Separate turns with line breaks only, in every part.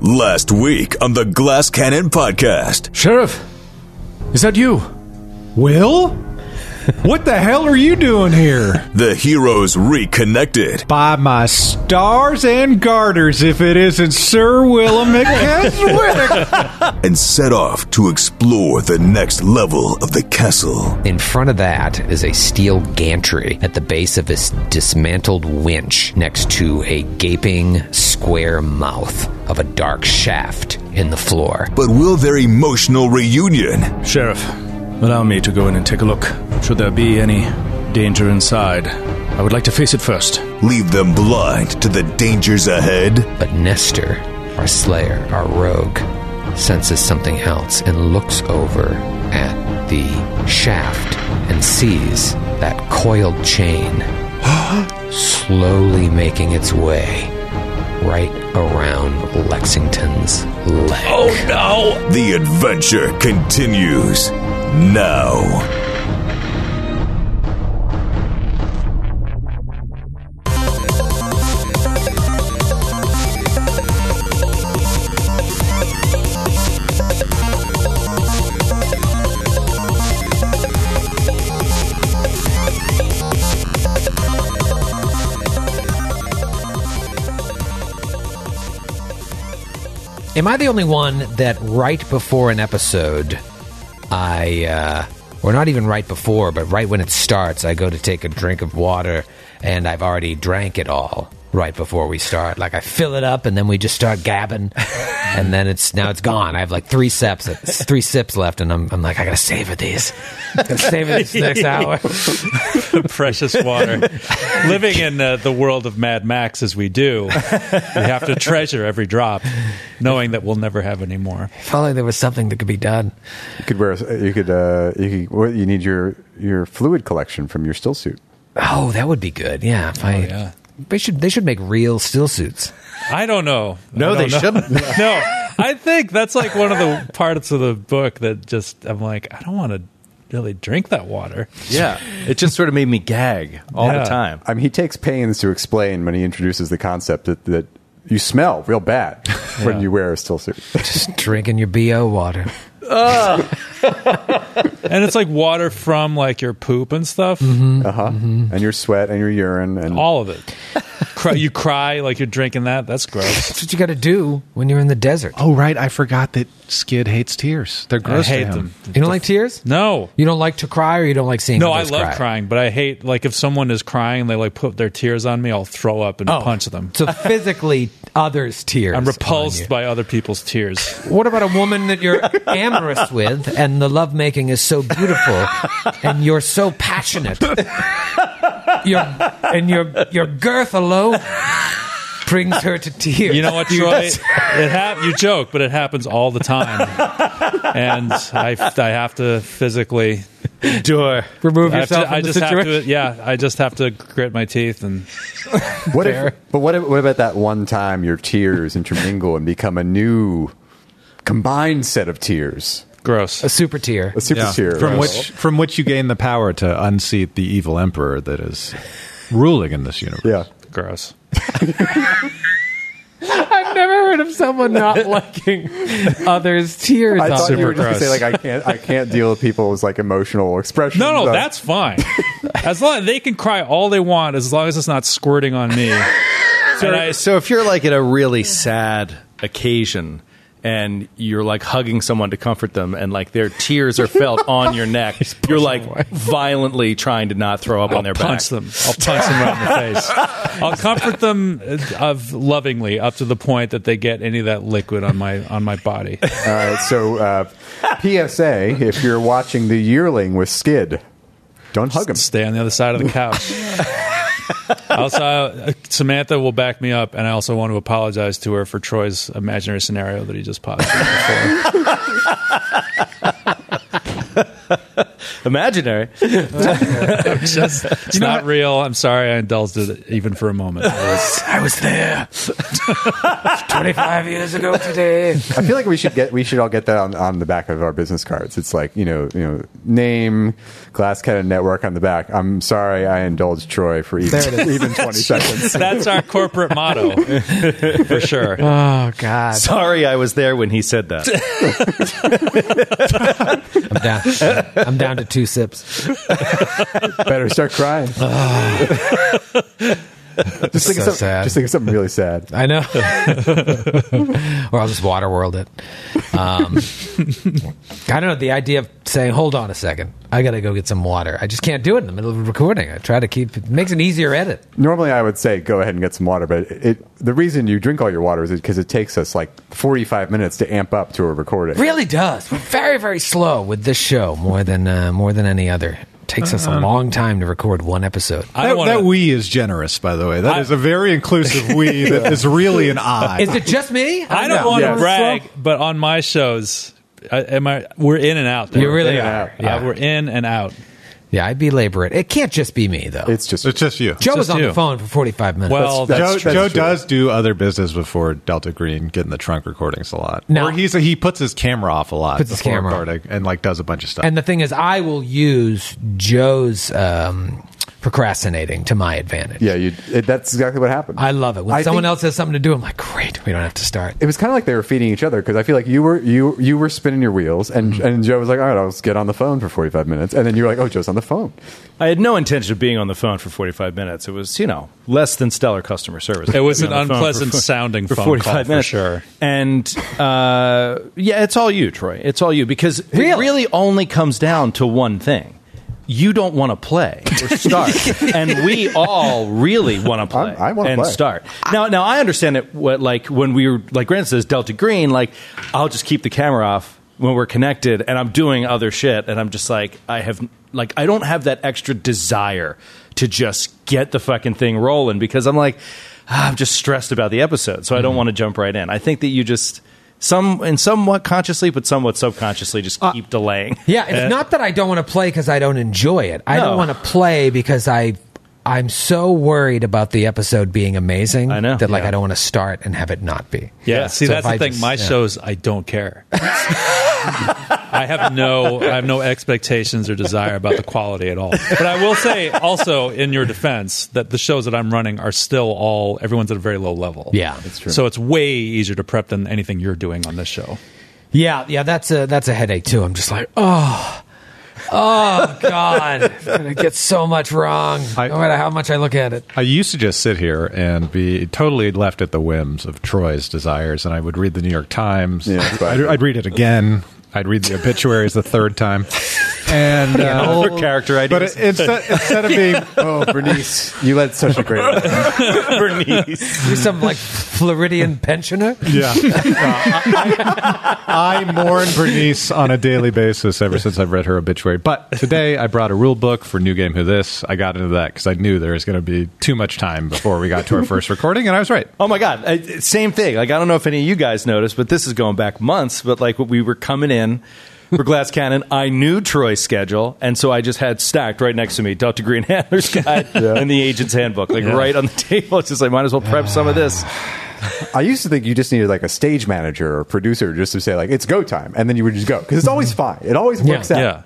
Last week on the Glass Cannon podcast.
Sheriff, is that you?
Will? what the hell are you doing here?
The heroes reconnected.
By my stars and garters, if it isn't Sir Willem McCaswick.
and set off to explore the next level of the castle.
In front of that is a steel gantry at the base of this dismantled winch next to a gaping square mouth of a dark shaft in the floor.
But will their emotional reunion
Sheriff, allow me to go in and take a look. Should there be any danger inside, I would like to face it first.
leave them blind to the dangers ahead?
But Nestor, our slayer, our rogue, senses something else and looks over at the shaft and sees that coiled chain slowly making its way right around Lexington's leg.
The adventure continues now.
Am I the only one that right before an episode, I, uh, or not even right before, but right when it starts, I go to take a drink of water and I've already drank it all right before we start? Like I fill it up and then we just start gabbing and then it's, now it's gone. I have like three sips, three sips left and I'm, I'm like, I gotta savor these. Gotta savor this next hour.
precious water. Living in uh, the world of Mad Max as we do, we have to treasure every drop, knowing that we'll never have any more.
If only there was something that could be done.
You could wear. a- You could. Uh, you could. Well, you need your your fluid collection from your still suit.
Oh, that would be good. Yeah. If I,
yeah.
They should, they should make real still suits.
I don't know.
No, they shouldn't.
No, I think that's like one of the parts of the book that just I'm like, I don't want to really drink that water.
yeah, it just sort of made me gag all
Yeah.
the time.
I mean, he takes pains to explain when he introduces the concept that that you smell real bad when you wear a still suit.
Just drinking your BO water.
And it's like water from like your poop and stuff,
Uh huh. And your sweat and your urine and
all of it. Cry, you cry like you're drinking that. That's gross.
That's what you got to do when you're in the desert.
oh, right. I forgot that Skid hates tears. They're
I
gross to
hate
him.
them.
You don't like tears?
No.
You don't like to cry, or you don't like seeing?
No, I
others
love
cry?
crying, but I hate like if someone is crying, they like put their tears on me. I'll throw up and punch them.
So physically, others' tears.
I'm
on
repulsed
you.
by other people's tears.
What about a woman that you're amorous with, and the lovemaking is so beautiful, and you're so passionate, your and your your girth alone brings her to tears.
You know what, Troy? It hap- you joke, but it happens all the time, and I, I have to physically
Door.
remove
I, have
yourself
to,
from
I
the
just have
situation.
to. Yeah, I just have to grit my teeth and
what if? But what? If, what about that one time your tears intermingle and become a new combined set of tears?
gross.
A super tear.
A super tear
From which from which you gain the power to unseat the evil emperor that is ruling in this universe.
Yeah.
Gross.
I've never heard of someone not liking others' tears.
I
on
thought
them.
you were going to say
gross.
like I can't I can't deal with people's like emotional expressions.
No, no,
of-
that's fine. As long they can cry all they want, as long as it's not squirting on me. And I-
so if you're like at a really sad occasion and you're like hugging someone to comfort them and like their tears are felt on your neck, you're like violently trying to not throw up on their back.
punch them. I'll punch them right in the face. I'll comfort them uh, of lovingly up to the point that they get any of that liquid on my on my body.
All right, so uh, PSA: If you're watching The Yearling with Skid, don't hug him.
Stay on the other side of the couch. also, uh, Samantha will back me up, and I also want to apologize to her for Troy's imaginary scenario that he just posited before.
Imaginary.
Just, it's not real. I'm sorry I indulged it even for a moment. I was-
I was there 25 years ago today.
I feel like we should get we should all get that on, on the back of our business cards. It's like you know you know name glass cannon network on the back. I'm sorry I indulged Troy for even, even 20 seconds.
that's our corporate motto for sure.
Oh God,
Sorry, I was there when he said that.
I'm down. I'm down to two sips.
Better start crying. just think
Ah. so
of something,
sad.
Just think of something really sad.
I know. or I'll just water world it. Um, I don't know. The idea of saying, "Hold on a second, I gotta go get some water." I just can't do it in the middle of a recording. I try to keep. It makes an easier edit.
Normally, I would say go ahead and get some water, but it the reason you drink all your water is because it takes us like 45 minutes to amp up to a recording.
Really does. We're very very slow with this show more than uh, more than any other. Takes us
Uh-huh.
a long time to record one episode.
I
that,
don't want
that
to.
we is generous, by the way. That is
I-
a very inclusive we that is really an I.
Is it just me?
I don't want
Yeah.
to brag, but on my shows, I, am I? We're in and out.
You really
in and
are.
out.
Yeah, Uh,
Yeah.
we're in and out.
yeah, I belabor it. It can't just be me though.
It's just
It's just you.
Joe was
just
on
you.
the phone for forty five minutes.
Well, that's,
that's
Joe,
true.
Joe
That's true.
does do other business before Delta Green, getting the trunk recordings a lot.
No.
Or he's he puts his camera off a lot.
Puts his
before
camera on.
recording and like does a bunch of stuff.
And the thing is, I will use Joe's um, procrastinating to my advantage.
yeah. You, it, that's exactly what happened.
I love it. When
I
someone
think-
else has something to do, I'm like, great, we don't have to start.
it was kind of like they were feeding each other because I feel like you were you you were spinning your wheels and and Joe was like, all right, I'll just get on the phone for forty five minutes, and then you were like, oh, Joe's on the phone.
I had no intention of being on the phone for 45 minutes. It was, you know, less than stellar customer service.
It was
Being
an
on the phone
unpleasant sounding phone call, for sure.
And uh, yeah, it's all you, Troy. It's all you because it
Really?
really only comes down to one thing. You don't want to play or start, and we all really want to play
I wanna
and
play.
start. Now, now I understand it. What like when we were like Grant says Delta Green, like I'll just keep the camera off when we're connected, and I'm doing other shit, and I'm just like I have like I don't have that extra desire to just get the fucking thing rolling because I'm like ah, I'm just stressed about the episode, so I don't want to jump right in. I think that you just. Some and somewhat consciously, but somewhat subconsciously, just keep delaying.
Yeah, it's
Uh,
not that I don't want to play because I don't enjoy it. I
No.
don't want to play because I I'm so worried about the episode being amazing.
I know,
that like
yeah.
I don't want to start and have it not be.
yeah. See,
So
that's
if
the
I
thing.
just-
my
yeah.
shows, I don't care. I have no, I have no expectations or desire about the quality at all. But I will say, also in your defense, that the shows that I'm running are still all everyone's at a very low level.
Yeah. That's
true. So it's way easier to prep than anything you're doing on this show.
Yeah, yeah, that's a that's a headache too. I'm just like, oh, oh God, I'm gonna get so much wrong,
I-
no matter how much I look at it.
I used to just sit here and be totally left at the whims of Troy's desires, and I would read the New York Times.
Yeah, that's what I
I'd,
did.
I'd read it again. I'd read the obituaries the third time, and uh,
Other character
but
ideas.
it, instead, instead of being
Oh, Bernice, you led such a great. life.
You're some like Floridian pensioner.
Yeah. No, I, I mourn Bernice on a daily basis ever since I've read her obituary. But today I brought a rule book for New Game Who This. I got into that because I knew there was going to be too much time before we got to our first recording, and I was right.
Oh my god, I, same thing. Like I don't know if any of you guys noticed, but this is going back months. But like we were coming in for Glass Cannon, I knew Troy's schedule, and so I just had stacked right next to me Dr. Green Handler's Guide and the Agent's Handbook, like right on the table. It's just like might as well prep some of this.
I used to think you just needed like a stage manager or producer just to say like it's go time, and then you would just go because it's always fine. It always works out.
yeah.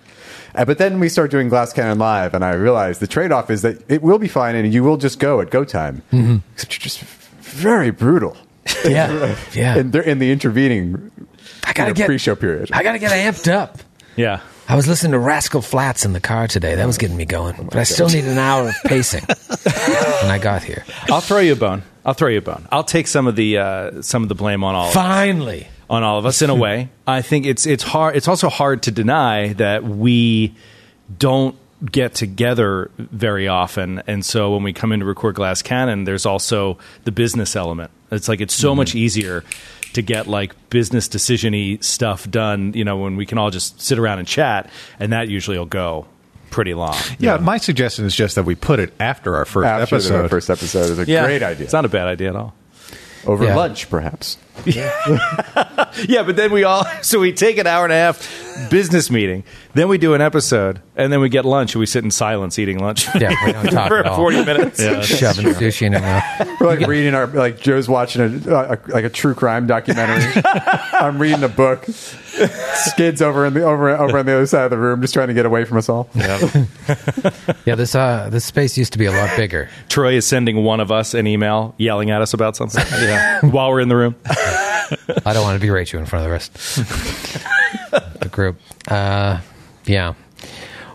Uh, but then we start doing Glass Cannon Live, and I realized the trade off is that it will be fine, and you will just go at go time. Except you're just very brutal.
Yeah, yeah.
in, in the intervening
I gotta
in a
get
pre-show period.
I gotta get amped up.
Yeah,
I was listening to Rascal Flats in the car today. That was getting me going, but I still need an hour of pacing. when I got here,
I'll throw you a bone. I'll throw you a bone. I'll take some of the uh, some of the blame on all. of us.
finally,
on all of us in a way. I think it's it's hard. It's also hard to deny that we don't get together very often, and so when we come in to record Glass Cannon, there's also the business element. It's like it's so much easier to get like business decisiony stuff done. You know, when we can all just sit around and chat, and that usually will go pretty long.
Yeah, my suggestion is just that we put it after our first
after
episode.
the first episode is a great idea.
It's not a bad idea at all.
Over
Yeah.
lunch, perhaps.
Yeah, but then we all so we take an hour and a half business meeting. Then we do an episode, and then we get lunch, and we sit in silence eating lunch.
Yeah, we don't talk
for
at all.
forty minutes.
Shoving sushi in her mouth.
We're like reading our like Joe's watching a, a, like a true crime documentary. I'm reading a book. Skids over in the over over on the other side of the room, just trying to get away from us all.
Yeah, this uh, this space used to be a lot bigger.
Troy is sending one of us an email, yelling at us about something while we're in the room.
I don't want to berate you in front of the rest of the group. Uh, yeah.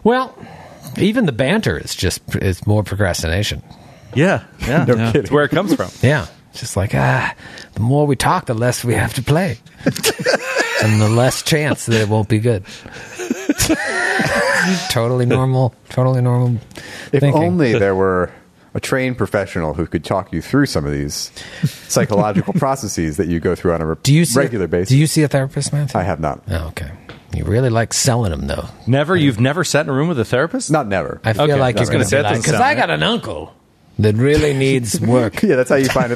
Well, even the banter is just it's more procrastination.
Yeah, yeah,
No
yeah.
kidding.
It's where it comes from.
Yeah. It's just like ah, the more we talk, the less we have to play, and the less chance that it won't be good. totally normal. Totally normal.
If
thinking.
only there were a trained professional who could talk you through some of these psychological processes that you go through on a re-
Do you see
regular basis.
Do you see a therapist, Matthew?
I have not.
Oh, okay. You really like selling them, though.
Never, you've never sat in a room with a therapist.
Not never.
I feel
Okay,
like
I was
you're going to
gonna say,
say
that
like
doesn't
because
sound
I got an uncle that really needs work.
yeah, that's how you find a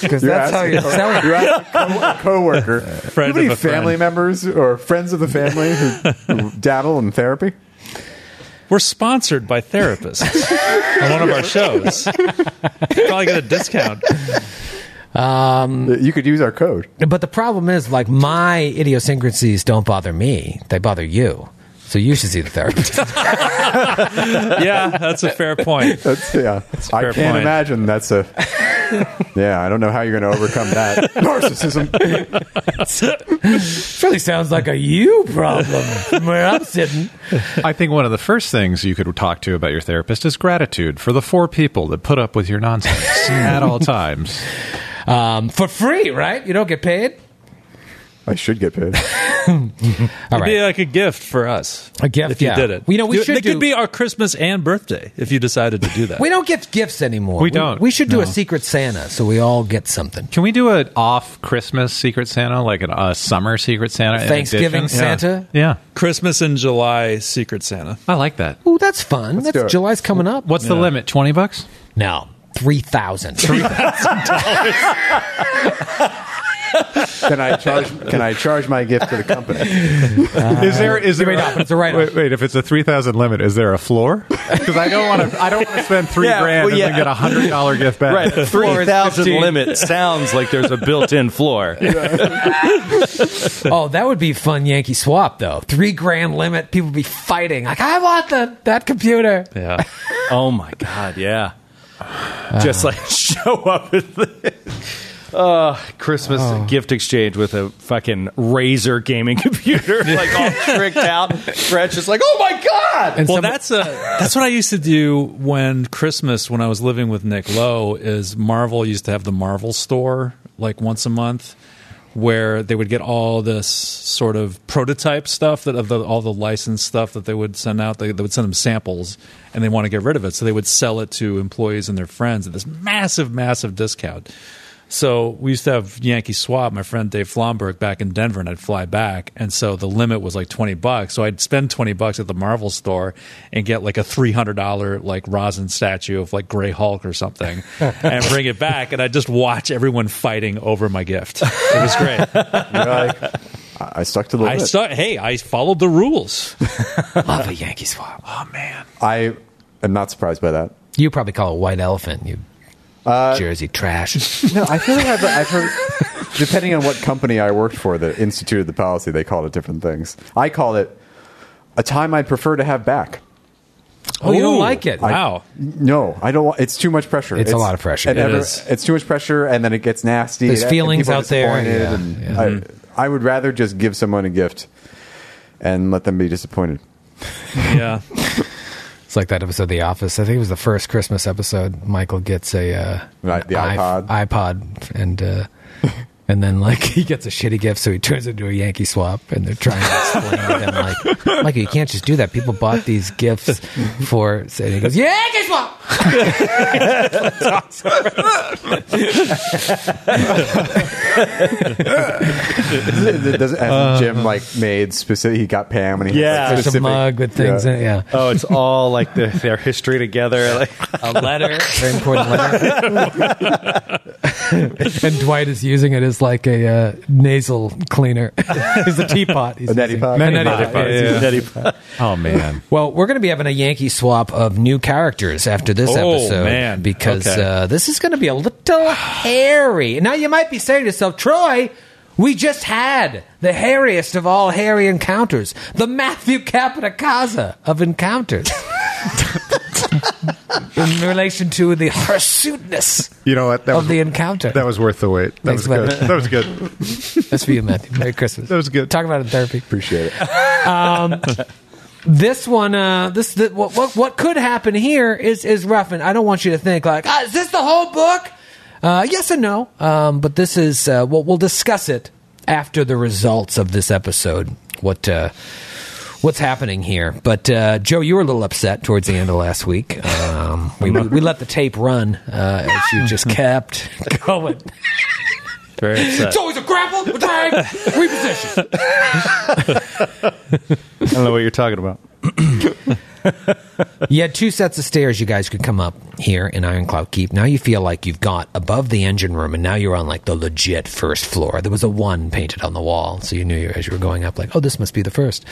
Because
You're
that's how
asking-
you're selling.
You're asking a co- coworker.
Friend
Do you have
of
any
a friend.
family members or friends of the family who, who dabble in therapy?
We're sponsored by therapists on one of our shows. Probably get a discount.
You could use our code.
But the problem is, like, my idiosyncrasies don't bother me; they bother you. So you should see the therapist.
Yeah, that's a fair point.
That's yeah.
a
I
fair
can't
point.
imagine that's a. yeah, I don't know how you're going to overcome that narcissism.
really sounds like a you problem from where I'm sitting.
I think one of the first things you could talk to about your therapist is gratitude for the four people that put up with your nonsense at all times.
Um, for free, right? You don't get paid.
I should get paid.
All
It'd be
right.
like a gift for us.
A gift,
if you
yeah.
did it.
You know, we
It-
should
It
do-
could be our Christmas and birthday if you decided to do that.
We don't get gifts anymore.
We don't,
We, should do a
no.
secret Santa so we all get something.
Can we do an off Christmas Secret Santa, like an, a summer Secret Santa? in
Thanksgiving
addition?
Santa?
Yeah. Yeah.
Christmas in July, Secret Santa.
I like that.
Ooh, that's fun.
do it.
that's July's coming up.
What's the limit? 20 bucks?
No, three thousand.
Can I charge? Can I charge my gift to the company?
Is there is there
Give me a- it's a write-off.
wait, wait, if it's a 3000 limit, is there a floor? Cuz I don't want to I don't want to spend 3
Yeah,
grand
well,
and
yeah.
then get a $100 gift back.
Right, the three thousand limit sounds like there's a built-in floor.
oh, that would be fun Yankee swap though. Three grand limit, people be fighting. Like I want the that computer.
Yeah.
Oh my god, yeah. Just like show up at the uh, Christmas
Oh.
gift exchange with a fucking Razor gaming computer, like all tricked out. Fred's just like, oh my god.
And
Well,
some-
that's a that's what I used to do when Christmas when I was living with Nick Lowe is Marvel used to have the Marvel store like once a month where they would get all this sort of prototype stuff that of the, all the licensed stuff that they would send out they, they would send them samples and they want to get rid of it so they would sell it to employees and their friends at this massive massive discount so we used to have Yankee Swap, my friend Dave Flomberg, back in Denver, and I'd fly back. And so the limit was like 20 bucks. So I'd spend 20 bucks at the Marvel store and get like a $300 like rosin statue of like Grey Hulk or something and bring it back. And I'd just watch everyone fighting over my gift. It was great.
You're like, I I stuck to the
I
limit.
saw, hey, I followed the rules.
love a Yankee swap.
Oh, man.
I am not surprised by that.
You probably call it white elephant. You Jersey trash.
No, I feel like I've, I've heard. Depending on what company I worked for that instituted the policy, they called it different things. I call it a time I'd prefer to have back.
Oh, you don't
Ooh.
like it?
I- Wow.
No, I don't. want- It's too much pressure.
It's a lot of pressure.
And
It
every-
is.
It's too much pressure, and then it gets nasty.
There's
and
feelings
people are
out there,
disappointed,
yeah,
and
yeah. Mm-hmm.
I- I, would rather just give someone a gift and let them be disappointed.
Yeah.
It's like that episode of The Office. I think it was the first Christmas episode. Michael gets a uh,
Right, the
an
iPod.
i- iPod, and uh, and then like he gets a shitty gift, so he turns it into a Yankee swap, and they're trying to explain to him like, Michael, you can't just do that. People bought these gifts for. So he goes, Yankee swap.
Does and Jim like made specific? He got Pam, and he had,
Yeah.
like,
Uh-huh. There's a
specific-
mug with things
Yeah.
in it. Yeah,
Oh, it's all like the, their history together. Like
a letter, very important letter.
and Dwight is using it as like a uh, nasal cleaner. it's a teapot. He's
A neti
using.
pot?
A
Neti
neti pot,
pot,
yeah.
yeah.
Neti pot.
Oh man,
Well, we're going to be having a Yankee swap of new characters after this
Oh,
episode,
man.
because
Okay.
uh, this is going to be a little hairy. Now, you might be saying to yourself, Troy, we just had the hairiest of all hairy encounters, the Matthew Capitacasa of encounters. In relation to the hirsuteness
you know what? That
of the encounter.
That was worth the wait. That
Thanks,
was good.
buddy.
That was good.
That's for you, Matthew. Merry Christmas.
That was good.
Talk about it in therapy. Um,
Appreciate it.
this one uh this the, what, what what could happen here is is rough and i don't want you to think like ah, is this the whole book uh yes and no um but this is uh we'll, we'll discuss it after the results of this episode what uh What's happening here? But uh, Joe, you were a little upset towards the end of last week. Um, we, we let the tape run uh, as you just kept going.
Very upset.
It's always a grapple, a drag, reposition.
I don't know what you're talking about.
You had two sets of stairs you guys could come up here in Ironclad Keep. Now you feel like you've got above the engine room, and now you're on like the legit first floor. There was a one painted on the wall, so you knew you- as you were going up, like, oh, this must be the first.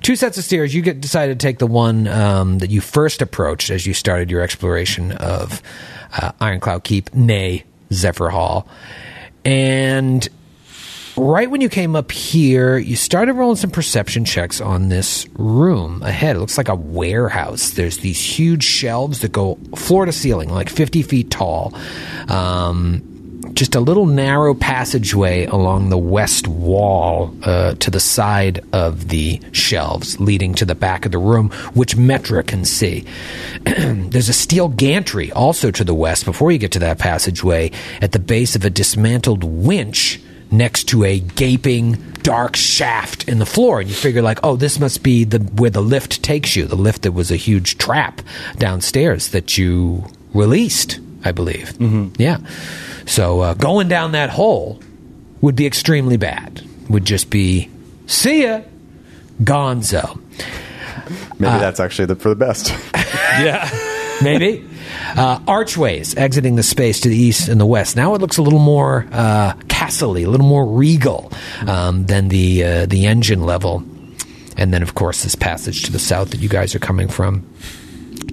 Two sets of stairs. You get, decided to take the one um, that you first approached as you started your exploration of uh, Ironclad Keep, nay Zephyr Hall, and right when you came up here, you started rolling some perception checks on this room ahead. It looks like a warehouse. There's these huge shelves that go floor to ceiling, like 50 feet tall. Um, just a little narrow passageway along the west wall uh, to the side of the shelves, leading to the back of the room, which Metra can see. Um, There's a steel gantry also to the west before you get to that passageway at the base of a dismantled winch next to a gaping dark shaft in the floor and you figure like oh this must be the where the lift takes you the lift that was a huge trap downstairs that you released i believe mm-hmm. yeah so uh, going down that hole would be extremely bad would just be see ya gonzo
Maybe that's actually the, for the best.
maybe. Uh, archways exiting the space to the east and the west. Now it looks a little more uh, castle a little more regal um, than the uh, the engine level. And then, of course, this passage to the south that you guys are coming from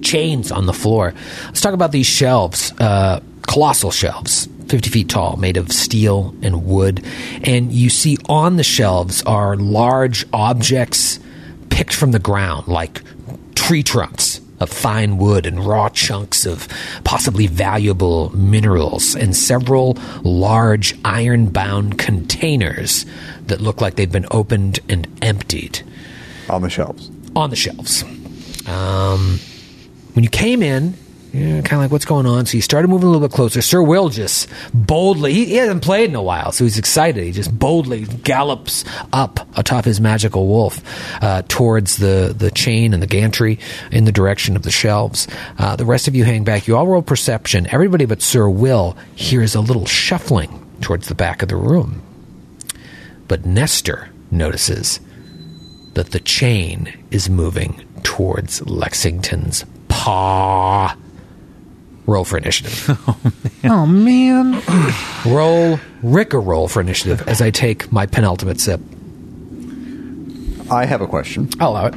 chains on the floor. Let's talk about these shelves. Uh, colossal shelves, 50 feet tall, made of steel and wood. And you see on the shelves are large objects picked from the ground, like tree trunks of fine wood and raw chunks of possibly valuable minerals, and several large iron bound containers that look like they've been opened and emptied
on the shelves.
on the shelves. Um, when you came in, you're kind of like, what's going on? So you started moving a little bit closer. Sir Will just boldly, he, he hasn't played in a while, so he's excited. He just boldly gallops up atop his magical wolf uh, towards the, the chain and the gantry in the direction of the shelves. Uh, the rest of you hang back. You all roll perception. Everybody but Sir Will hears a little shuffling towards the back of the room. But Nestor notices that the chain is moving towards Lexington's paw. Roll for initiative.
Oh man!
roll Rick a roll for initiative as I take my penultimate sip.
I have a question.
I'll allow it.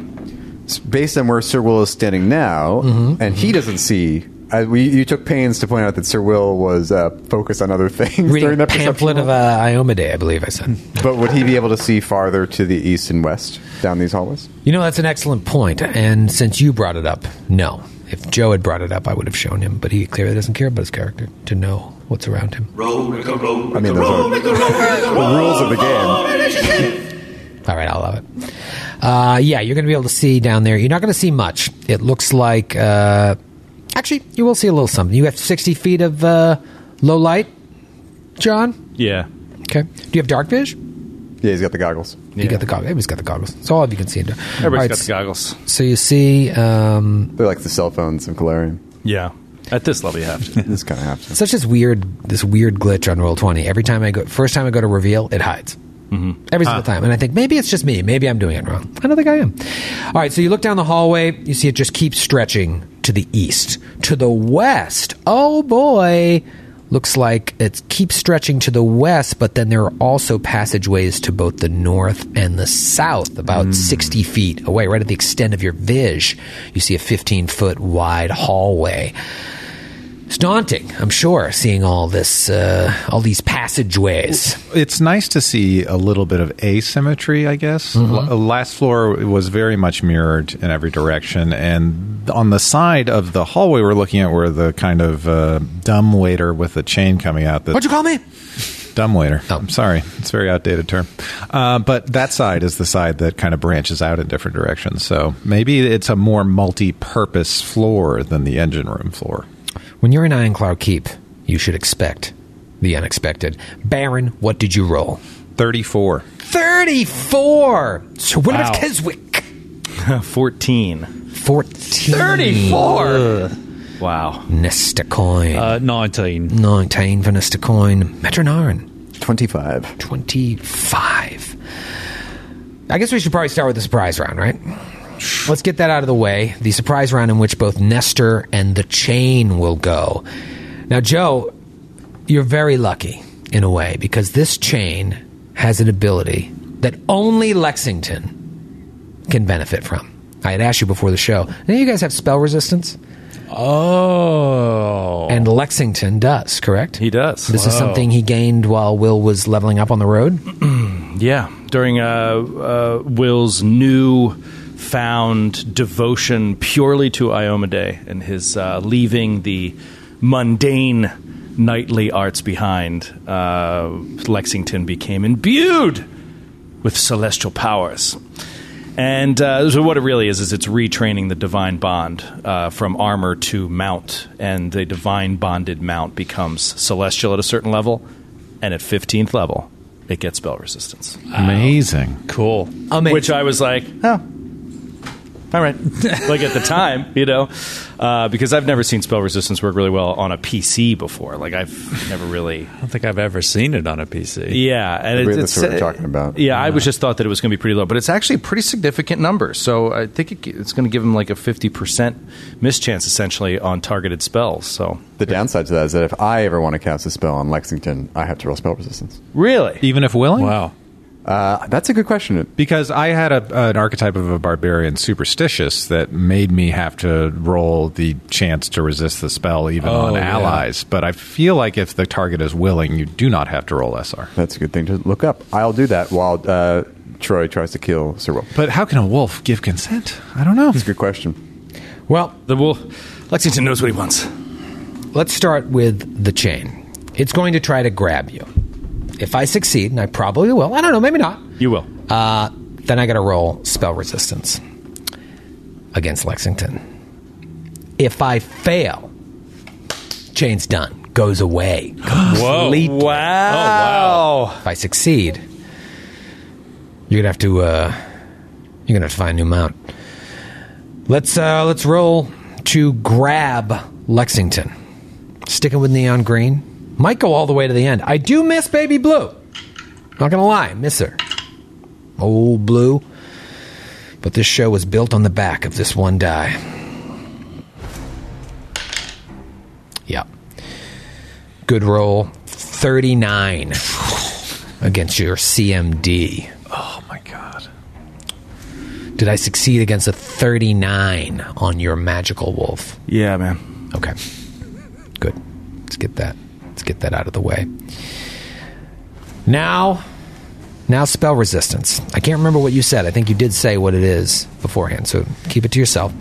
It's based on where Sir Will is standing now,
Mm-hmm.
and he doesn't see. I, we, you took pains to point out that Sir Will was uh, focused on other things during
Reading a
that perception
pamphlet of uh,
roll.
Iomade, I believe I said.
But would he be able to see farther to the east and west down these hallways?
You know, that's an excellent point, and since you brought it up, no. If Joe had brought it up, I would have shown him, but he clearly doesn't care about his character to know what's around him.
I mean, those are the rules of the game.
All right, I'll allow it. Uh, yeah, you're going to be able to see down there. You're not going to see much. It looks like. Uh, actually, you will see a little something. You have 60 feet of uh, low light, John.
Yeah.
Okay. Do you have dark vision?
Yeah, he's got the goggles.
You got the goggles. Everybody's got the goggles. So all of you can see. Everybody's
Everybody's got the goggles.
So you see um,
They're like the cell phones in Galarian.
Yeah. At this level, you have to.
This kind of happens.
such this weird, this weird glitch on roll twenty. Every time I go, first time I go to reveal, it hides. Every single time, and I think maybe it's just me. Maybe I'm doing it wrong. I don't think I am. All right, so you look down the hallway. You see it just keeps stretching to the east, to the west. Oh boy, Looks like it keeps stretching to the west, but then there are also passageways to both the north and the south, about 60 feet away, right at the extent of your vision. You see a 15 foot wide hallway. It's daunting, I'm sure, seeing all this, uh, all these passageways.
it's nice to see a little bit of asymmetry, I guess. L- uh, last floor was very much mirrored in every direction, and on the side of the hallway we're looking at, where the kind of uh, dumb waiter with a chain coming out. That,
What'd you call me?
dumb waiter.
Oh.
I'm sorry, it's a very outdated term. Uh, but that side is the side that kind of branches out in different directions. So maybe it's a more multi-purpose floor than the engine room floor.
When you're in Ironclaw Keep, you should expect the unexpected. Baron, what did you roll?
Thirty-four.
34! So what about
Wow.
Keswick?
14.
14.
Wow.
Nestacoin.
Uh, 19.
19 for Nestacoin. Metronarin.
25.
25. I guess we should probably start with the surprise round, right? Let's get that out of the way. The surprise round in which both Nestor and the chain will go. Now, Joe, you're very lucky in a way because this chain has an ability that only Lexington can benefit from. I had asked you before the show. Now you guys have spell resistance,
Oh.
and Lexington does, correct?
He does.
This is something he gained while Will was leveling up on the road.
Yeah, during uh, uh, Will's new found devotion purely to Iomade and his uh, leaving the mundane knightly arts behind, uh, Lexington became imbued with celestial powers. And uh, so, what it really is is it's retraining the divine bond uh, from armor to mount, and the divine bonded mount becomes celestial at a certain level, and at fifteenth level, it gets spell resistance.
Amazing.
Cool,
Amazing.
Which I was like, oh, all right. like at the time, you know, uh, because I've never seen spell resistance work really well on a PC before. Like I've never really
I don't think I've ever seen it on a PC.
yeah, and
Maybe
it-
that's
it's uh,
what we're talking about.
Yeah, I was just thought that it was going to be pretty low, but it's actually a pretty significant number. So I think it, it's going to give him like a fifty percent mischance essentially on targeted spells. So
The downside to that is that if I ever want to cast a spell on Lexington, I have to roll spell resistance.
really,
Even if willing?
Wow.
Uh, that's a good question.
because I had a, an archetype of a barbarian superstitious that made me have to roll the chance to resist the spell even on
yeah.
allies. But I feel like if the target is willing, you do not have to roll SR.
That's a good thing to look up. I'll do that while uh, Troy tries to kill Sir Will.
But how can a wolf give consent? I don't know.
That's a good question.
Well,
the wolf Lexington knows what he wants.
let's start with the chain. It's going to try to grab you. If I succeed, and I probably will, I don't know, maybe not,
You will.
uh, then I got to roll spell resistance against Lexington. If I fail, chain's done, goes away.
Whoa. Oh,
Completely.
Wow.
If I succeed, you're gonna have to uh, you're gonna have to find a new mount. Let's uh, let's roll to grab Lexington. Sticking with neon green, might go all the way to the end. I do miss baby blue. Not gonna lie, miss her. Old blue. But this show was built on the back of this one die. Yep. Good roll. 39 against your CMD.
Oh my god.
Did I succeed against a 39 on your magical wolf?
Yeah, man.
Okay. Good. Let's get that. Let's get that out of the way. Now, now spell resistance. I can't remember what you said. I think you did say what it is beforehand, so keep it to yourself.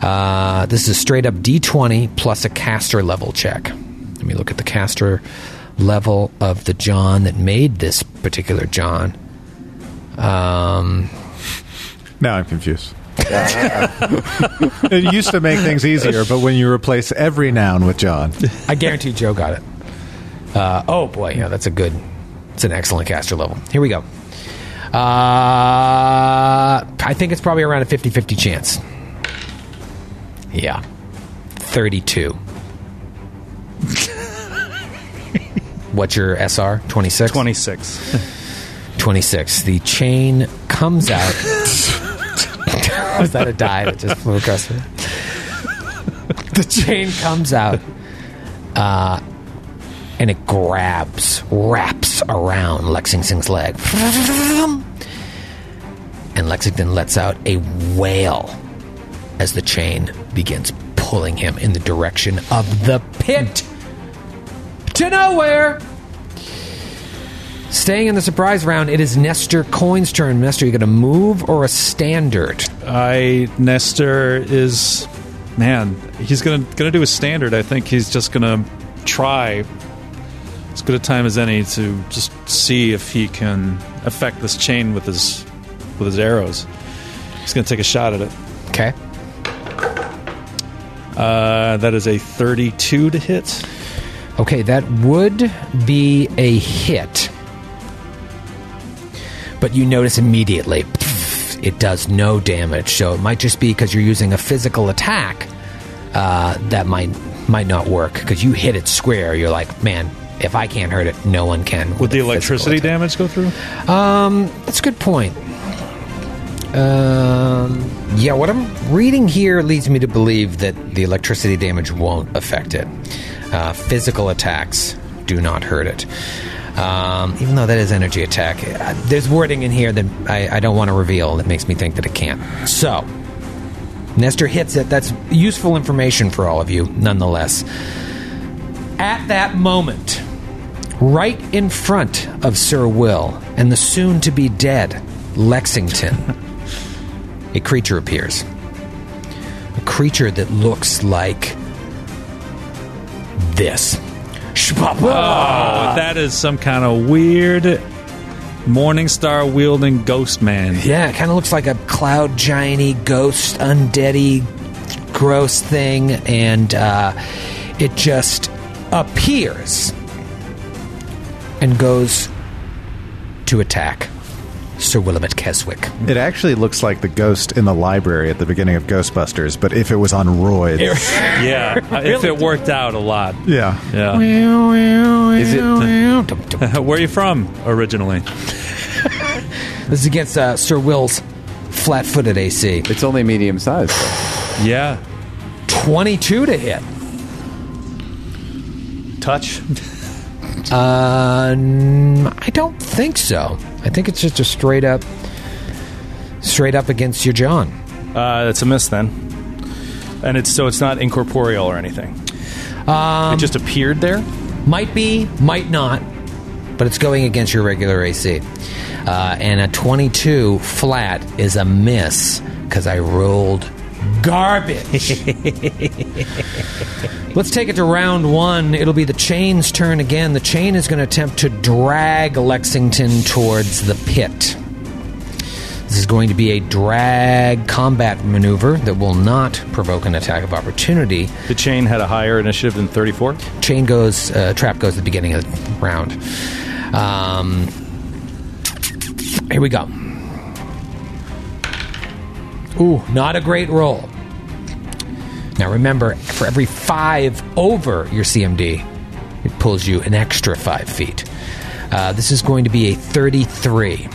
Uh, this is straight up D20 plus a caster level check. Let me look at the caster level of the John that made this particular John.
Now I'm confused. it used to make things easier, but when you replace every noun with John,
I guarantee Joe got it. Uh, oh boy, yeah, that's a good. It's an excellent caster level. Here we go. Uh, I think it's probably around a 50-50 chance. Yeah, thirty-two. What's your SR? Twenty-six.
Twenty six.
26. The chain comes out. Was that a die that just flew across me? The chain comes out. Uh, and it grabs, wraps around Lexington's leg. And Lexington lets out a wail as the chain begins pulling him in the direction of the pit to nowhere. Staying in the surprise round, it is Nestor Coin's turn. Nestor, you got a move or a standard?
I Nestor is man. He's gonna gonna do his standard. I think he's just gonna try as good a time as any to just see if he can affect this chain with his with his arrows. He's gonna take a shot at it.
Okay.
Uh, that is a 32 to hit.
Okay, that would be a hit. But you notice immediately pff, it does no damage. So it might just be because you're using a physical attack uh, that might might not work because you hit it square. You're like, man, if I can't hurt it, no one can.
Would
with
the
a physical
electricity
attack."
damage go through?
That's a good point. Um, yeah, what I'm reading here leads me to believe that the electricity damage won't affect it. Uh, physical attacks do not hurt it. Um, even though that is energy attack, uh, there's wording in here that I, I don't want to reveal that makes me think that it can't. So, Nestor hits it. That's useful information for all of you, nonetheless. At that moment, right in front of Sir Will and the soon to be dead Lexington, a creature appears. A creature that looks like this. Shpapa!
Oh, that is some kind of weird Morningstar wielding ghost man.
Yeah, it kind of looks like a cloud gianty, ghost, undeady, gross thing, and uh, it just appears and goes to attack Sir Willamette Keswick.
It actually looks like the ghost in the library at the beginning of Ghostbusters, but if it was on roids.
Yeah, if it worked out a lot.
yeah.
Yeah.
Is it?
Where are you from originally?
This is against uh, Sir Will's flat-footed AC.
It's only medium size. though.
Yeah.
22 to hit.
Touch.
Um, I don't think so. I think it's just a straight up, straight up against your John.
Uh, that's a miss then. And it's so it's not incorporeal or anything.
Um,
it just appeared there.
Might be, might not, but it's going against your regular AC. Uh, and a 22 flat is a miss because I rolled garbage. Let's take it to round one. It'll be the chain's turn again. The chain is going to attempt to drag Lexington towards the pit. This is going to be a drag combat maneuver that will not provoke an attack of opportunity.
The chain had a higher initiative than 34.
Chain goes, uh, trap goes at the beginning of the round. Um, here we go. Ooh, not a great roll. Now remember, for every five over your CMD, it pulls you an extra five feet. Uh, this is going to be a 33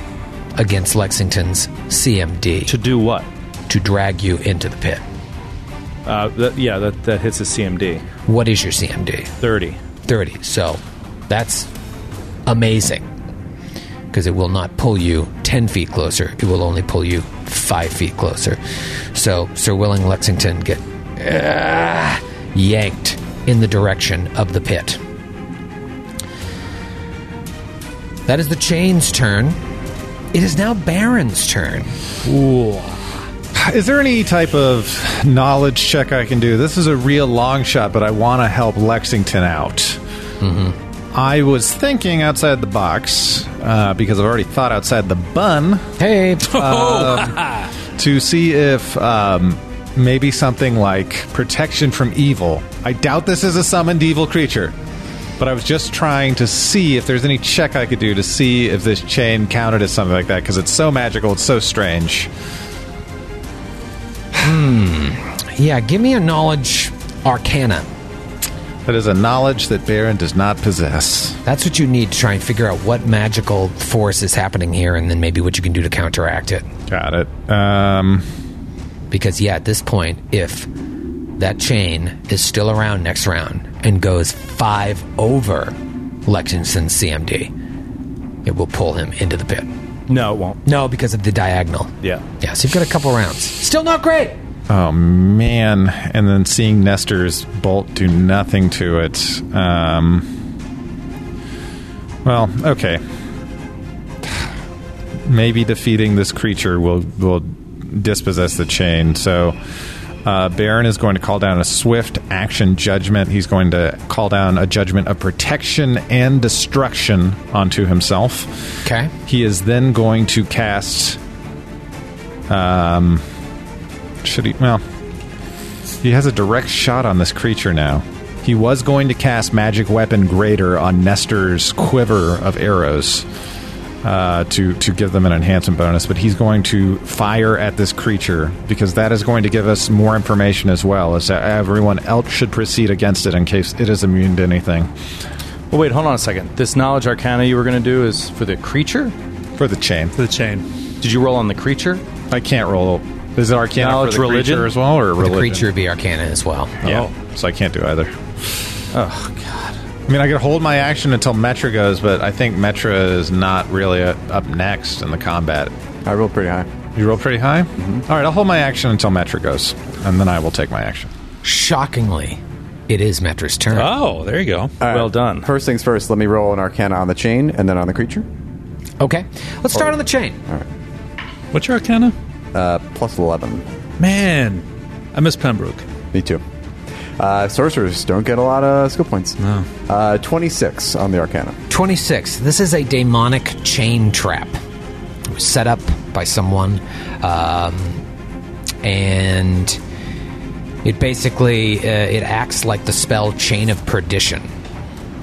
against Lexington's CMD
To
to,
do what?
to drag you into the pit.
Uh, that, yeah, that, that hits a CMD.
What is your CMD?
30.
30. So that's amazing because it will not pull you 10 feet closer. It will only pull you 5 feet closer. So Sir Willing Lexington get ah, yanked in the direction of the pit. That is the chain's turn. It is now Baron's turn.
Is there any type of knowledge check I can do? This is a real long shot, but I want to help Lexington out. I was thinking outside the box uh, because I've already thought outside the bun
Hey, uh,
to see if um, maybe something like protection from evil. I doubt this is a summoned evil creature, but I was just trying to see if there's any check I could do to see if this chain counted as something like that because it's so magical, it's so strange.
yeah, give me a knowledge arcana.
That is a knowledge that Baron does not possess.
That's what you need to try and figure out what magical force is happening here and then maybe what you can do to counteract it.
Got it. Um,
Because, yeah, at this point, if that chain is still around next round and goes five over Lexington CMD. It will pull him into the pit.
No, it won't.
No, because of the diagonal.
Yeah.
Yeah, so you've got a couple rounds. Still not great.
Oh man! And then seeing Nestor's bolt do nothing to it. Um, well, okay. Maybe defeating this creature will will dispossess the chain. So. Uh, Baron is going to call down a swift action judgment. He's going to call down a judgment of protection and destruction onto himself.
Okay.
He is then going to cast. Um, should he? Well, he has a direct shot on this creature now. He was going to cast magic weapon greater on Nestor's quiver of arrows uh, to to give them an enhancement bonus, but he's going to fire at this creature because that is going to give us more information as well as that everyone else should proceed against it in case it is immune to anything
Well, wait, hold on a second. This knowledge arcana you were going to do is for the creature?
for the chain.
The chain.
Did you roll on the creature?
I can't roll. Is it Arcana
Knowledge
for the
religion?
creature as well, or
The
religion?
creature would be Arcana as well.
Yeah. So I can't do either. Oh god. I mean, I could hold my action until Metra goes, but I think Metra is not really uh up next in the combat.
I rolled pretty high.
You roll pretty high. All right, I'll hold my action until Metra goes, and then I will take my action.
Shockingly, it is Metra's turn.
Oh, there you go.
well done.
First things first, let me roll an arcana on the chain and then on the creature.
Okay. Let's start on the chain.
What's your arcana?
Uh, plus 11.
Man, I miss Pembroke.
Me too. Uh, sorcerers don't get a lot of skill points. No. Uh, 26 on the arcana.
26. This is a demonic chain trap. It was set up by someone. Um, and it basically uh, it acts like the spell chain of perdition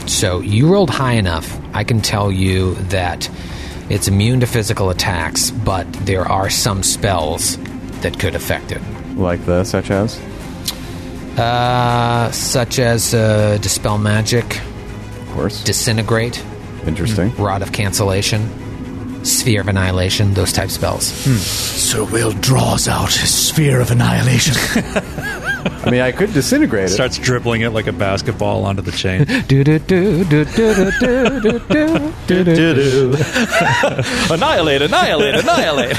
so you rolled high enough i can tell you that it's immune to physical attacks but there are some spells that could affect it
Like the such as?
uh, such as uh, dispel magic
Of course.
disintegrate
Interesting.
Rod of Cancellation, Sphere of Annihilation, those type spells.
Sir Will draws out his sphere of annihilation.
I mean, I could disintegrate it.
Starts dribbling it like a basketball onto the chain.
Do do do do do do do do do do do.
annihilate, annihilate, annihilate.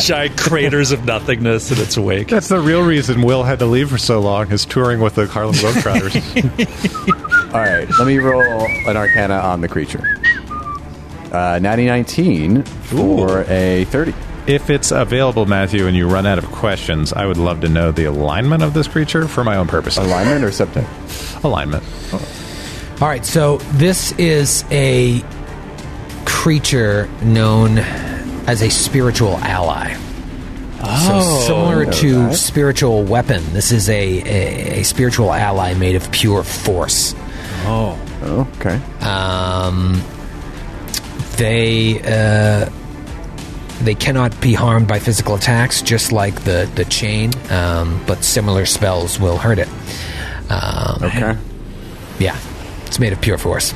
Giant craters of nothingness in its wake.
That's the real reason Will had to leave for so long is touring with the Harlem Globetrotters.
All right, let me roll an arcana on the creature. Uh, natty 19 for a 30.
if it's available, Matthew, and you run out of questions, I would love to know the alignment of this creature for my own purposes.
Alignment or subtype?
alignment.
All right, so this is a creature known as a spiritual ally. so similar to spiritual weapon, this is a, a, a spiritual ally made of pure force.
Oh, okay.
Um, they uh, they cannot be harmed by physical attacks, just like the the chain. Um, but similar spells will hurt it. Um,
Okay.
Yeah, it's made of pure force.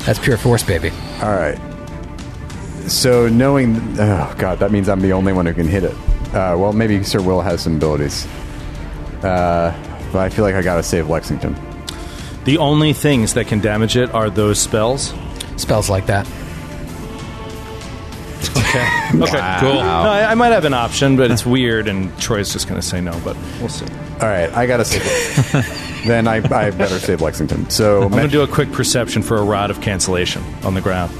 That's pure force, baby.
All right. So knowing, oh god, that means I'm the only one who can hit it. Uh, well, maybe Sir Will has some abilities, uh, but I feel like I gotta save Lexington.
The only things that can damage it are those spells.
Spells like that.
Okay, cool. No, I, I might have an option, but it's weird, and Troy's just going to say no, but we'll see.
All right, I gotta save. it. then I, I better save Lexington. So
I'm going to do a quick perception for a rod of cancellation on the ground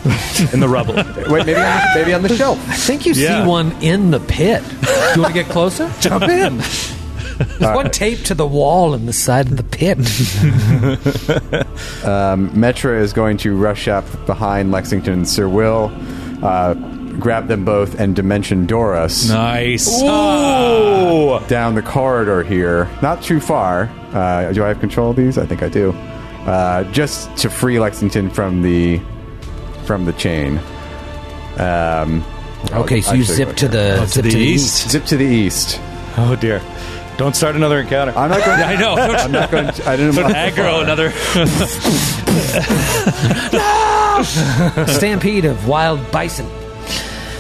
in the rubble.
wait, maybe on, maybe on the shelf.
I think you
Yeah.
see one in the pit. Do you want to get closer?
Jump in.
There's one taped to the wall in the side of the pit.
Metra is going to rush up behind Lexington and Sir Will, uh, grab them both, and Dimension Doris
Nice.
down the corridor here. Not too far. Uh, do I have control of these? I think I do. Uh, just to free Lexington from the from the chain. Um,
okay, so you
actually,
zip
right
to the zip
the
oh, to the
east.
east.
zip to the east.
Oh, dear. Don't start another encounter.
I'm not going.
I know. Don't,
I'm not going. To, I didn't.
don't
want to go
aggro
far.
another.
Stampede of wild bison.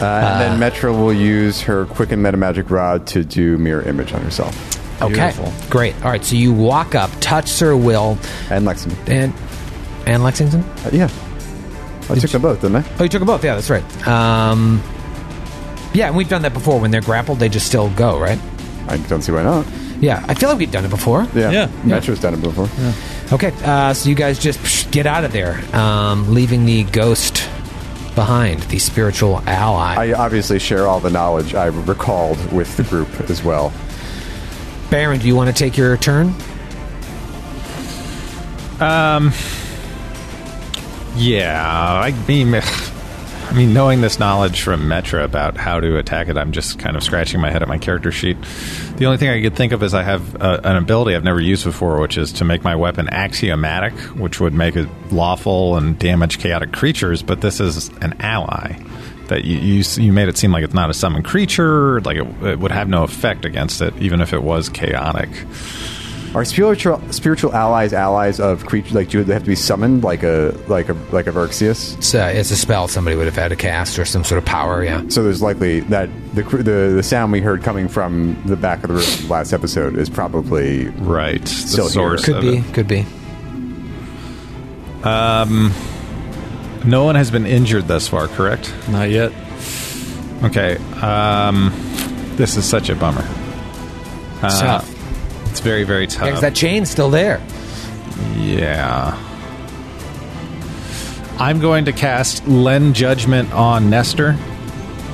Uh, and then Metra will use her quicken meta magic rod to do mirror image on herself
Okay. Great. All right. So you walk up, touch Sir Will,
and Lexington.
and and Lexington?
Uh, yeah. I took them both, didn't I?
Oh, you took them both. Yeah, that's right. Um, yeah, and we've done that before. When they're grappled, they just still go, right?
I don't see why not.
Yeah, I feel like we've done it before.
Yeah.
Yeah.
Metro's done it before.
Okay, uh, so you guys just psh, get out of there, um, leaving the ghost behind, the spiritual ally.
I obviously share all the knowledge I recalled with the group as well.
Baron, do you want to take your turn?
Yeah, I mean, I mean, knowing this knowledge from Metra about how to attack it, I'm just kind of scratching my head at my character sheet. The only thing I could think of is I have uh, an ability I've never used before, which is to make my weapon axiomatic, which would make it lawful and damage chaotic creatures. But this is an ally that you you, s- you made it seem like it's not a summoned creature, like it, it would have no effect against it, even if it was chaotic.
Are spiritual spiritual allies allies of creatures like do they have to be summoned like a like a like a Verxius?
It's a, it's a spell somebody would have had to cast or some sort of power, yeah.
So there's likely that the cr- the the sound we heard coming from the back of the room last episode is probably
Right, the
Still here.
source
Could
of
be,
it.
could be.
No one has been injured thus far, correct?
Not yet.
Okay. Um, this is such a bummer.
It's tough.
It's very, very
Yeah,
tough.
'cause
Um,
that chain's still there.
yeah. I'm going to cast Lend Judgment on Nestor.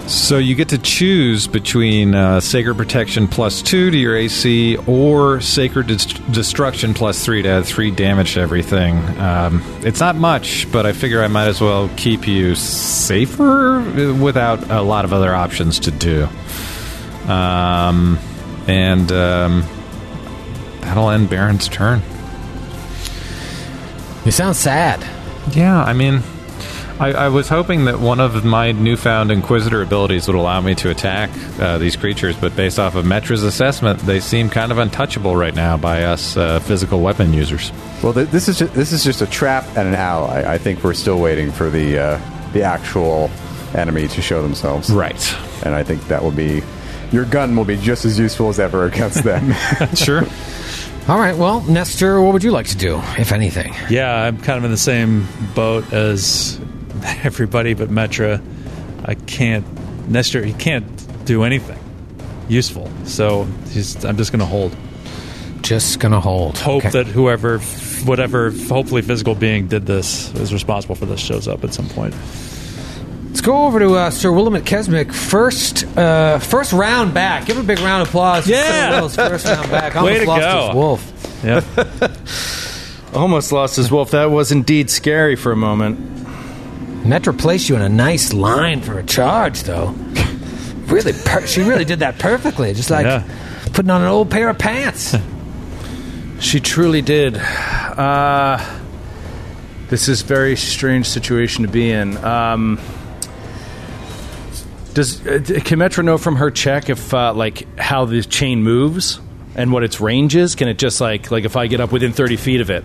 So you get to choose between uh, Sacred Protection plus two to your AC or Sacred Dest- Destruction plus three to add three damage to everything. Um, it's not much, but I figure I might as well keep you safer uh, without a lot of other options to do. Um, and um, that'll end Baron's turn.
You sound sad.
Yeah, I mean, I, I was hoping that one of my newfound Inquisitor abilities would allow me to attack uh, these creatures, but based off of Metra's assessment, they seem kind of untouchable right now by us uh, physical weapon users.
Well, th- this is just, this is just a trap and an ally. I think we're still waiting for the uh, the actual enemy to show themselves,
Right.
and I think that will be your gun will be just as useful as ever against them.
Sure.
All right, well, Nestor, what would you like to do, if anything?
Yeah, I'm kind of in the same boat as everybody but Metra. I can't Nestor. He can't do anything useful. So he's, I'm just going to hold.
Just gonna hold.
Hope
Okay.
that whoever, whatever, hopefully physical being did this is responsible for this shows up at some point.
Let's go over to uh, Sir Willamette Kesmick. First, uh, first round back. Give him a big round of applause. for
Yeah.
Sir Will's first round back. Almost
Way to
lost
go.
his wolf.
Yeah.
Almost lost his wolf. That was indeed scary for a moment.
Metro placed you in a nice line for a charge, though. Really, per- she really did that perfectly. Just like
Yeah.
putting on an old pair of pants.
She truly did. Uh, this is very strange situation to be in. Um, does uh, can Metro know from her check if uh, like how the chain moves and what its range is? Can it just like like if I get up within thirty feet of it,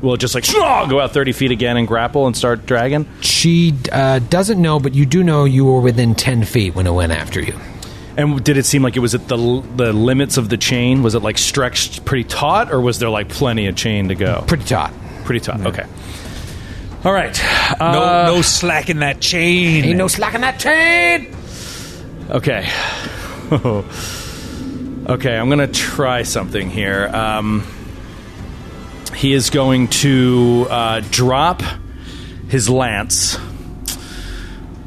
will it just like "Shaw!" go out thirty feet again and grapple and start dragging?
she uh, doesn't know, but you do know you were within ten feet when it went after you.
And did it seem like it was at the the limits of the chain? Was it like stretched pretty taut, or was there like plenty of chain to go?
Pretty taut.
Pretty taut. Okay. All right.
No, no slack in that chain.
Ain't no slack in that chain.
Okay. okay, I'm gonna try something here. Um, he is going to uh, drop his lance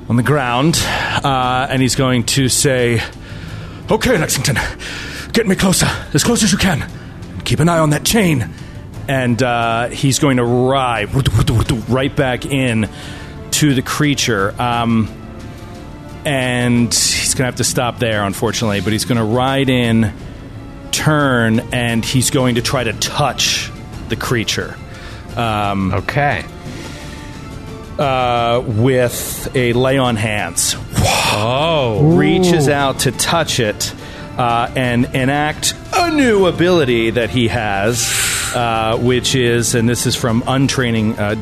on the ground, uh, and he's going to say, "Okay, Lexington, get me closer, as close as you can. Keep an eye on that chain." And uh, he's going to ride right back in to the creature. Um, and he's going to have to stop there, unfortunately. But he's going to ride in, turn, and he's going to try to touch the creature um,
Okay.
uh, with a lay on hands.
Oh,
Reaches out to touch it uh, and enact a new ability that he has, uh, which is, and this is from untraining. Uh,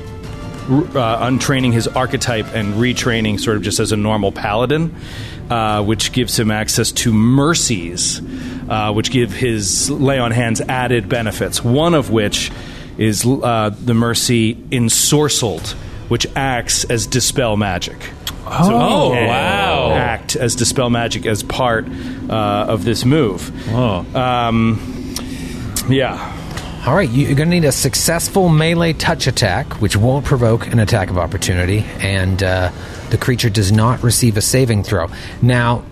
uh, untraining his archetype and retraining sort of just as a normal paladin, uh, which gives him access to mercies, uh, which give his lay on hands added benefits. One of which is uh, the mercy ensorcelled, which acts as dispel magic. Oh,
Oh, wow.
Act as dispel magic as part uh, of this move. Oh, um, yeah.
All right, you- you're going to need a successful melee touch attack, which won't provoke an attack of opportunity, and uh, the creature does not receive a saving throw. Now,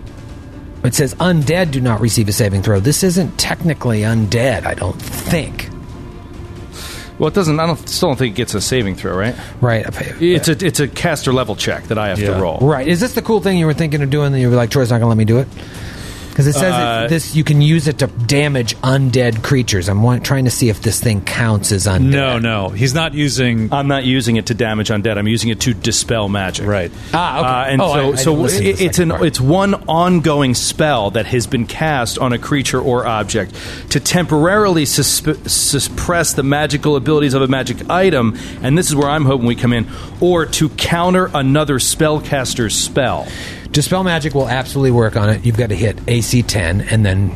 it says undead do not receive a saving throw. This isn't technically undead, I don't think.
Well, it doesn't. I don't. Still don't think it gets a saving throw, right?
Right. I-
It's a it's a caster level check that I have to roll.
Right. Is this the cool thing you were thinking of doing that you were like, Troy's not going to let me do it? Because it says
Uh,
it, this, you can use it to damage undead creatures. I'm wa- trying to see if this thing counts as undead.
No, no, he's not using.
I'm not using it to damage undead. I'm using it to dispel magic.
Right.
Ah, okay.
Uh, and
Oh, I- I
so,
didn't
so
listen to
it-
the
it's
second
an
part.
it's one ongoing spell that has been cast on a creature or object to temporarily susp- suppress the magical abilities of a magic item, and this is where I'm hoping we come in, or to counter another spellcaster's spell
Dispel magic will absolutely work on it. You've got to hit AC 10 and then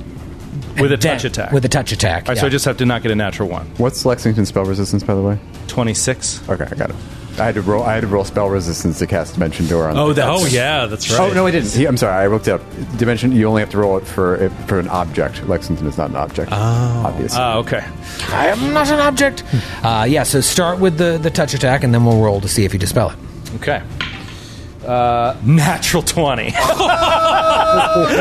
with a
then-
touch attack.
With a touch attack.
All right, so
yeah.
I just have to not get a natural one.
What's Lexington's spell resistance, by the way?
Twenty six.
Okay, I got it. I had to roll. I had to roll spell resistance to cast Dimension Door on.
Oh, that. Oh, yeah, that's right.
Oh no, I didn't. He- I'm sorry, I looked it up. Dimension. You only have to roll it for if, for an object. Lexington is not an object. Oh, obviously.
Ah, okay.
I am not an object. uh, yeah, so start with the, the touch attack and then we'll roll to see if you dispel it.
Okay. Uh, natural twenty.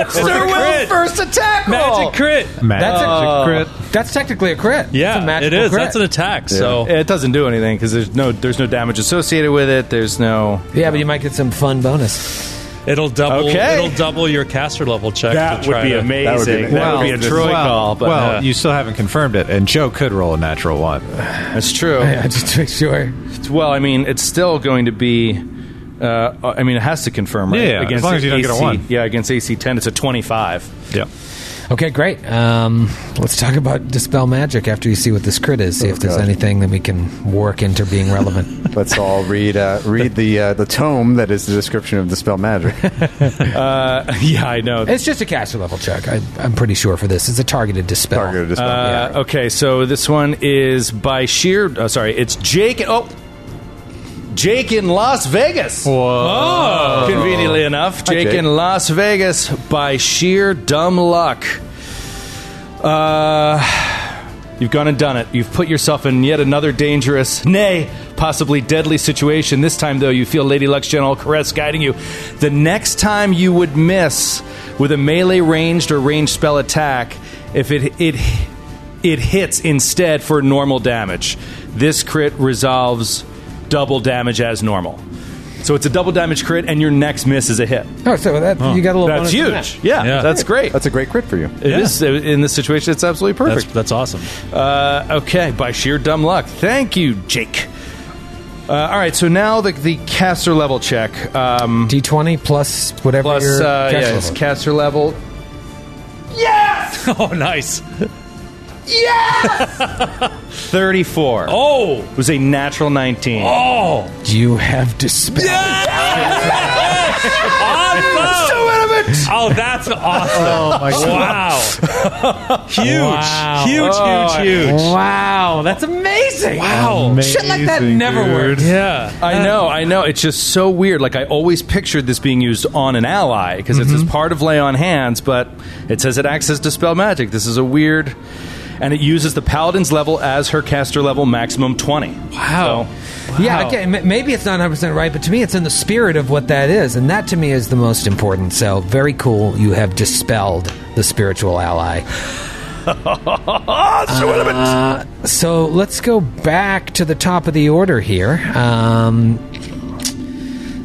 Sir Will
first attack
Magic crit.
That's,
Oh.
a,
crit.
that's technically a crit. It's a
Yeah, it
magical
is.
Crit.
That's an attack. So
It doesn't do anything because there's no there's no damage associated with it. There's no
yeah, but you might get some fun bonus.
it'll double.
Okay.
It'll double your caster level check. to try to-
That would be- that would be a
Troy call, but
well,
uh,
you still haven't confirmed it, and Joe could roll a natural one.
that's true.
Yeah, just to make sure.
Well, I mean, it's still going to be. Uh, I mean, it has to confirm, right?
Yeah, yeah, as long as you don't
AC,
get a one.
Yeah, against AC ten, it's a twenty-five.
Yeah.
Okay, great. Um, let's talk about dispel magic after you see what this crit is. See if there's
Oh, God.
anything that we can work into being relevant.
Let's all read uh, read the uh, the tome that is the description of the spell magic.
yeah, I know.
it's just a caster level check. I, I'm pretty sure for this. It's a targeted dispel.
Targeted dispel.
Uh, okay, so this one is by sheer. Oh, sorry, it's Jake. Oh, Jake in Las Vegas. Whoa! Conveniently enough, Jake,
Jake.
in Las Vegas by sheer dumb luck. Uh, you've gone and done it. You've put yourself in yet another dangerous, nay, possibly deadly situation. This time, though, you feel Lady Luck's gentle caress guiding you. The next time you would miss with a melee ranged or ranged spell attack, if it it it hits instead for normal damage. This crit resolves double damage as normal. So it's a double damage crit, and your next miss is a hit.
Oh, so that you got a little.
That's
bonus from
huge. Yeah,
Yeah.
that's great.
That's a great crit for you.
It is uh, in this situation. It's absolutely
That's,
perfect.
that's awesome.
Uh, okay, by sheer dumb luck. Thank you, Jake. Uh, all right, so now the, the caster level check um,
that. D20 plus whatever
plus
your
uh,
caster
yeah,
level
it's
is.
caster level.
Oh, nice.
Thirty four
Oh,
was a natural nineteen.
oh,
You have dispel.
awesome! So intimate. Oh, that's awesome! Oh my god! Wow! huge, huge,
Oh,
huge, huge!
Wow, that's amazing.
Wow!
Shit like that never works.
Yeah.
I know, I know. It's just so weird. Like I always pictured this being used on an ally because it's as part of lay on hands, but it says it acts as dispel magic. This is a weird, and it uses the paladin's level as her caster level maximum twenty. Wow.
Yeah, okay, m- maybe it's not 100% right, but to me it's in the spirit of what that is, and that to me is the most important. So, very cool. You have dispelled the spiritual ally. Uh, so, let's go back to the top of the order here. Um,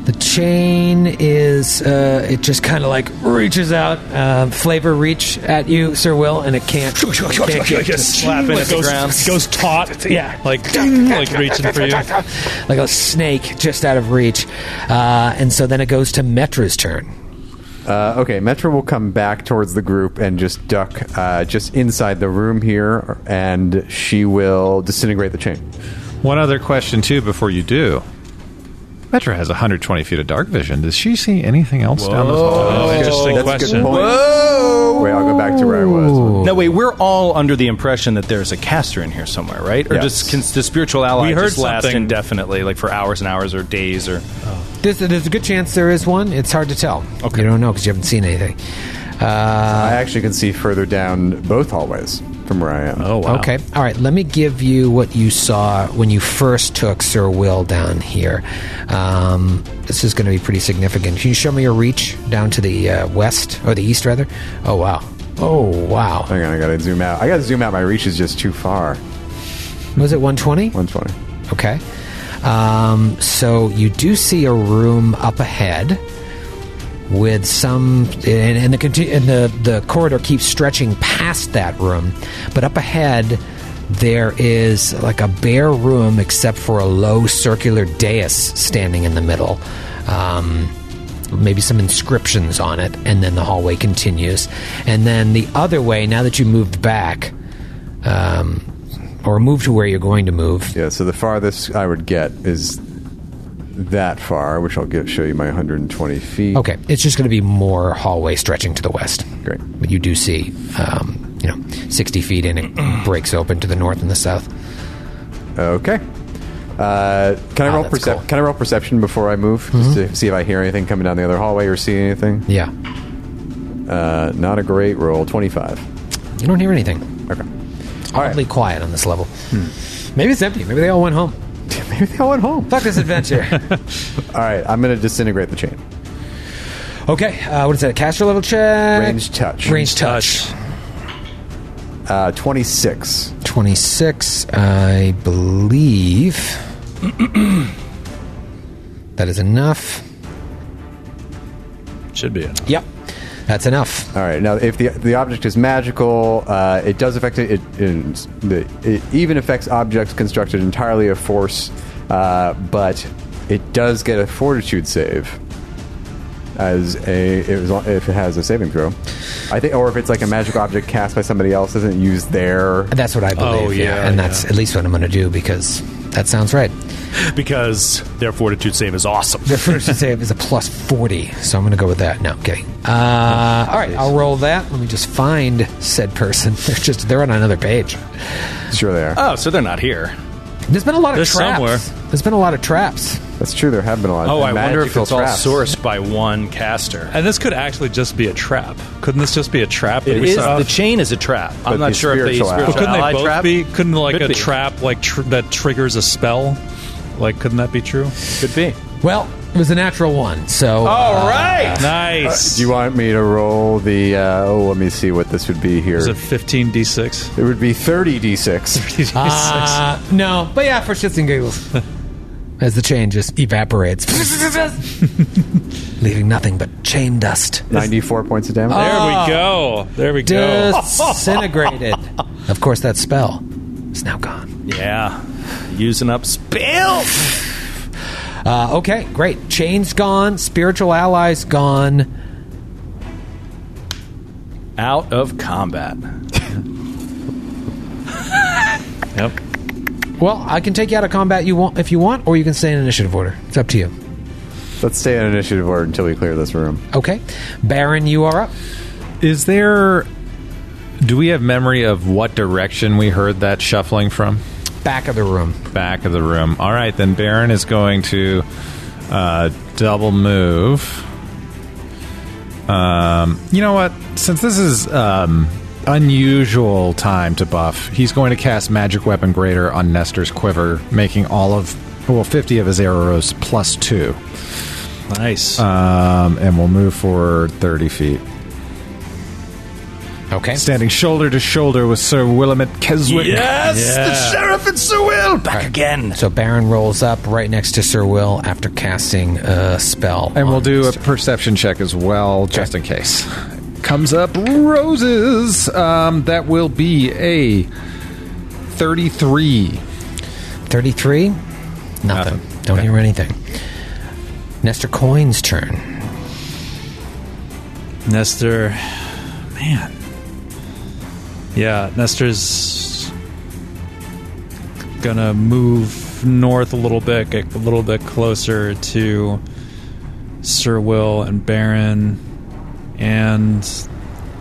the chain is, uh, it just kind of like reaches out, uh, flavor reach at you, Sir Will, and it can't. it can't get-
slapping at the ground.
Goes taut. Yeah. Like, like reaching for you.
like a snake just out of reach. Uh, and so then it goes to Metra's turn.
Uh, okay, Metro will come back towards the group and just duck uh, just inside the room here, and she will disintegrate the chain.
One other question too before you do. Metra has 120 feet of dark vision. Does she see anything else down the hall?
Oh, interesting question.
Whoa! Wait, I'll go back to where I was.
No, wait. We're all under the impression that there's a caster in here somewhere, right? Or
Yes.
just can the spiritual ally
We heard
just last
something.
indefinitely, like for hours and hours or days or?
There's, there's a good chance there is one. It's hard to tell. Okay. You don't know because you haven't seen anything. Uh,
I actually can see further down both hallways from where I am.
wow.
Okay. All right. Let me give you what you saw when you first took Sir Will down here. Um, this is going to be pretty significant. Can you show me your reach down to the uh, west or the east, rather? Oh wow. Oh wow.
Hang on, I gotta zoom out. I gotta zoom out. My reach is just too far.
Was it 120?
120.
Okay. Um, so you do see a room up ahead with some, and, and the conti- and the the corridor keeps stretching past that room, but up ahead there is like a bare room except for a low circular dais standing in the middle. Um, maybe some inscriptions on it, and then the hallway continues. And then the other way, now that you moved back, um, or moved to where you're going to move,
Yeah, so the farthest I would get is that far, which I'll get, show you my 120 feet.
Okay, it's just going to be more hallway stretching to the west.
Great.
But you do see, um, you know, 60 feet in, it breaks open to the north and the south.
Okay. Uh, can I
Ah,
roll
that's
percep-
cool. Mm-hmm.
Can I roll perception before I move just to see if I hear anything coming down the other hallway or see anything?
Yeah.
Uh, not a great roll. 25.
You don't hear anything.
Okay. All
Oddly
right. Hmm.
quiet on this level. Maybe it's empty. Maybe they all went home.
Maybe they all went home.
Fuck this adventure.
All right. I'm going to disintegrate the chain.
okay, uh, what is that? Caster level check?
Range touch.
Range touch.
Uh, 26.
26, I believe. that is enough.
Should be.
Yep. That's enough.
All right. Now, if the the object is magical, uh, it does affect it. It, it, the- it even affects objects constructed entirely of force, uh, but it does get a fortitude save as a it was, if it has a saving throw. I think, or if it's like a magic object cast by somebody else, doesn't use their.
That's what I believe.
Oh, yeah,
and that's at least what I'm going to do because that sounds right.
Because their fortitude save is awesome.
The first to save is a plus 40, so I'm going to go with that. No, I'm kidding. Uh, all right, I'll roll that. Let me just find said person. They're just they're on another page.
Sure, they are.
Oh, so they're not here.
There's been a lot of
They're
traps.
somewhere.
There's been a lot of traps.
That's true. There have been a lot. of
Oh, I wonder if
magical
it's all
traps.
sourced by one caster.
And this could actually just be a trap. Couldn't this just be a trap? that
It
we
is
saw?
the chain is a trap.
But
I'm not
the
sure if they
spiritual
But
ally-
spiritual
couldn't
ally
they both
trap
be? Couldn't like
Could
a
be.
trap like tr- that triggers a spell? Like, couldn't that be true?
could be.
Well, it was a natural one, so uh,
Nice.
Do you want me to roll the? Uh, oh, let me see what this would be here.
Is it 15d6?
it would be thirty d6.
Ah.
uh, no, but yeah, for shits and giggles. As the chain just evaporates, leaving nothing but chain dust.
Ninety-four points of damage.
There we go. There we go.
Disintegrated. of course, that spell is now gone.
Yeah, using up spell.
Uh, okay, great. Chains gone, spiritual allies gone.
Out of combat.
Yep.
Well, I can take you out of combat you want if you want, or you can stay in initiative order. It's up to you.
Let's stay on initiative order until we clear this room.
Okay, Baron, you are up.
Is there. Do we have memory of what direction we heard that shuffling from?
Back of the room.
Back of the room. All right, then Baron is going to uh, double move. Um, you know what? Since this is um, unusual time to buff, he's going to cast Magic Weapon Greater on Nestor's quiver, making all of well fifty of his arrows plus two,
Nice.
um, and we'll move forward thirty feet.
Okay.
Standing shoulder to shoulder with Sir Willamette Keswick.
Yes,
Yeah.
the sheriff and Sir Will back again.
So Baron rolls up right next to Sir Will after casting a spell.
And we'll
on
do a
Mr.
perception check as well, just in case. Comes up roses. Um, that will be a 33.
33. Nothing. Don't hear anything. Nestor Coin's turn.
Nestor, man. Yeah, Nestor's gonna move north a little bit, get a little bit closer to Sir Will and Baron, and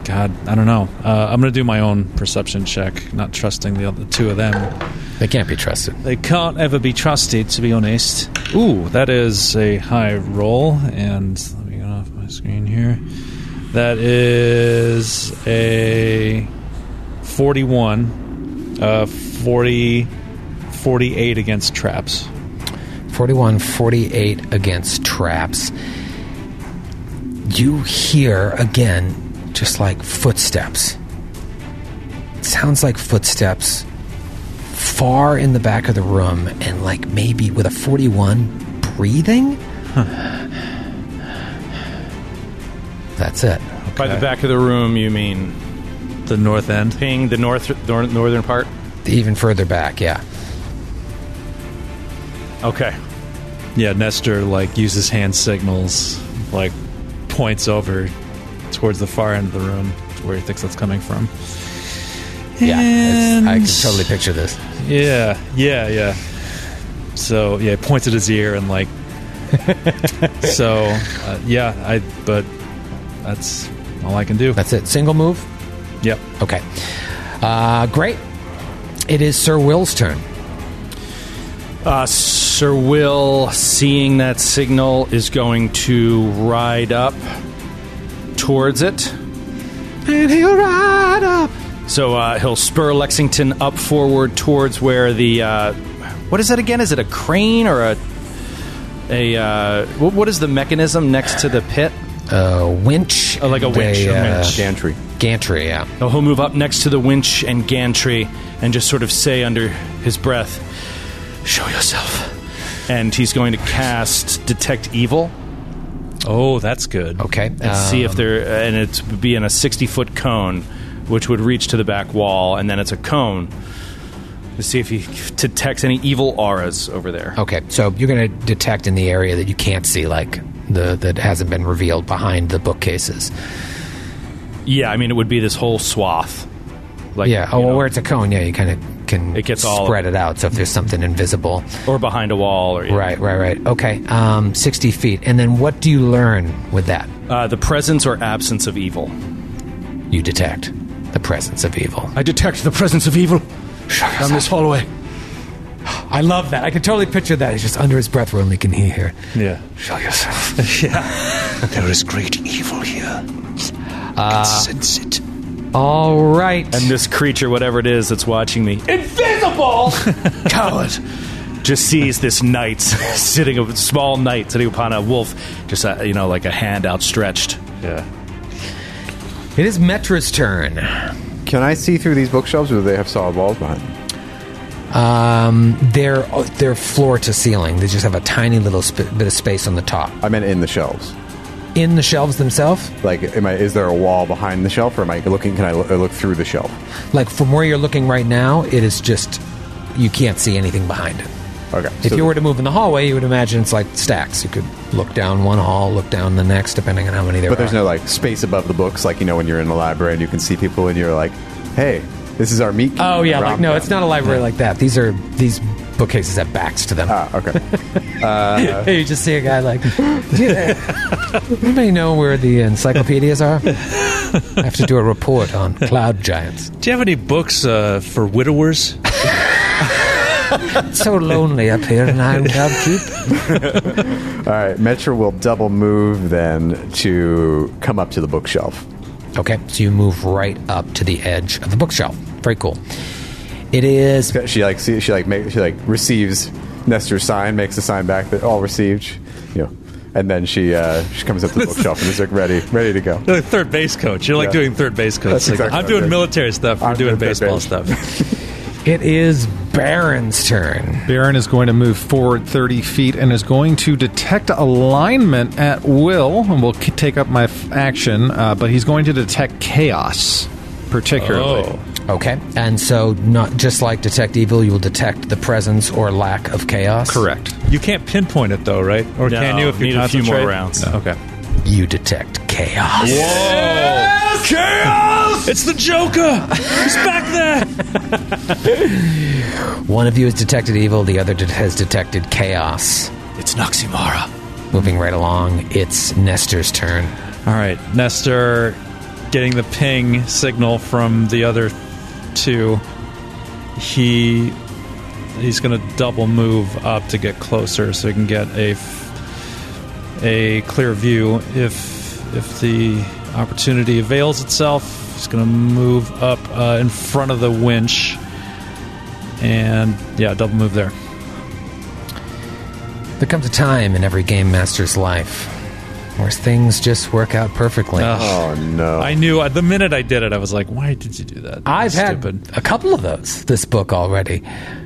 God, I don't know. Uh, I'm gonna do my own perception check, not trusting the other two of them.
They can't be trusted.
They can't ever be trusted, to be honest. Ooh, that is a high roll, and let me get off my screen here. That is a 41, uh, 40, 48 against traps.
41 48 against traps. You hear again just like footsteps. It sounds like footsteps far in the back of the room and like maybe with a 41 breathing? That's it.
By the back of the room, you mean
The north end.
ping the north nor- northern part?
Even further back, yeah.
Okay.
Yeah, Nestor, like, uses hand signals, like, points over towards the far end of the room where he thinks that's coming from.
Yeah. it's- I can
And-
totally picture this.
Yeah, yeah, yeah. So yeah, he points at his ear and like. so uh, yeah, I but that's all I can do.
That's it. Single move?
Yep.
Okay. Uh, great. It is Sir Will's turn.
Uh, Sir Will, seeing that signal, is going to ride up towards it. And he'll ride up. So uh, he'll spur Lexington up forward towards where the. Uh, what is that again? Is it a crane or a. a uh, wh- what is the mechanism next to the pit?
Uh, winch.
Oh, like a
and
winch, a
uh,
winch.
Gantry.
Gantry, yeah.
Now he'll move up next to the winch and gantry and just sort of say under his breath, Show yourself. And he's going to cast Detect Evil
Oh, that's good.
Okay. uh,
and see
Um.
if there, and it would be in a 60 foot cone, which would reach to the back wall, and then it's a cone to see if he detects any evil auras over there.
Okay, so you're going to detect in the area that you can't see, like the that hasn't been revealed behind the bookcases.
Yeah, I mean, it would be this whole swath. Like,
Yeah. Oh,
you
well,
know,
where it's a cone, yeah, you kind of can
It gets all-
spread it out. So if there's something invisible,
or behind a wall, or
right, right, right. Okay, um, sixty feet, and then what do you learn with that?
Uh, the presence or absence of evil.
You detect the presence of evil.
I detect the presence of evil down this hallway.
I love that. I can totally picture that. It's just under his breath, we only can hear.
Yeah.
Show yourself. There is great evil here. I can sense it.
All right.
And this creature, whatever it is that's watching me, invisible coward, just sees this knight sitting, a small knight sitting upon a wolf, just uh, you know, like a hand outstretched.
Yeah.
it is Metra's turn.
Can I see through these bookshelves, or do they have solid walls behind? them?
Um, they're they're floor to ceiling. They just have a tiny little sp- bit of space on the top.
I meant in the shelves.
In the shelves themselves,
Like, am I? Is there a wall behind the shelf, or am I looking? Can I lo- look through the shelf?
like from where you're looking right now, it is just you can't see anything behind it.
Okay.
If
so
you were to move in the hallway, you would imagine it's like stacks. You could look down one hall, look down the next, depending on how many there
But
are.
there's no like space above the books, like you know when you're in the library and you can see people and you're like, "Hey, this is our meet."
oh yeah, like no,
Rom-com.
it's not a library like that. These are these bookcases have backs to them.
Ah, okay. Uh,
Hey, you just see a guy like. "Yeah. Anybody know where the encyclopedias are? I have to do a report on cloud giants.
Do you have any books uh, for widowers?
It's so lonely up here in Iron Cloud Keep.
All right. Metro will double move then to come up to the bookshelf.
Okay, so you move right up to the edge of the bookshelf. Very cool. It is
She like see, she like make, she like receives Nestor's sign, makes the sign back that all received, you know, and then she uh, she comes up to the bookshelf and is like ready, ready to go.
Like third base coach. You're like
Yeah.
doing third base coach.
That's
Like,
exactly
I'm
what
doing
I'm doing.
military stuff. You're
I'm
doing
doing third
baseball
base.
stuff.
it is Baron's turn.
Baron is going to move forward 30 feet and is going to detect alignment at will, and will k- take up my f- action, uh, but he's going to detect chaos, particularly.
Okay, and so not just like detect evil, you will detect the presence or lack of chaos.
Correct.
You can't pinpoint it though, right? Or
No,
can you if you
need a few more
concentrate?
rounds.
No. Okay.
You detect chaos.
Whoa! Chaos! Chaos! It's the Joker! He's back there!
One of you has detected evil, the other det- has detected chaos.
It's Noximara.
Moving right along, it's Nestor's turn.
All right, Nestor getting the ping signal from the other two. He he's going to double move up to get closer so he can get a f- a clear view if if the opportunity avails itself. He's going to move up uh, in front of the winch and yeah, double move there.
There comes a time in every game master's life where things just work out perfectly.
Ah,
Oh no!
I knew the minute I did it, I was like, "Why did you do that?"
I've
Stupid.
had a couple of those this book already.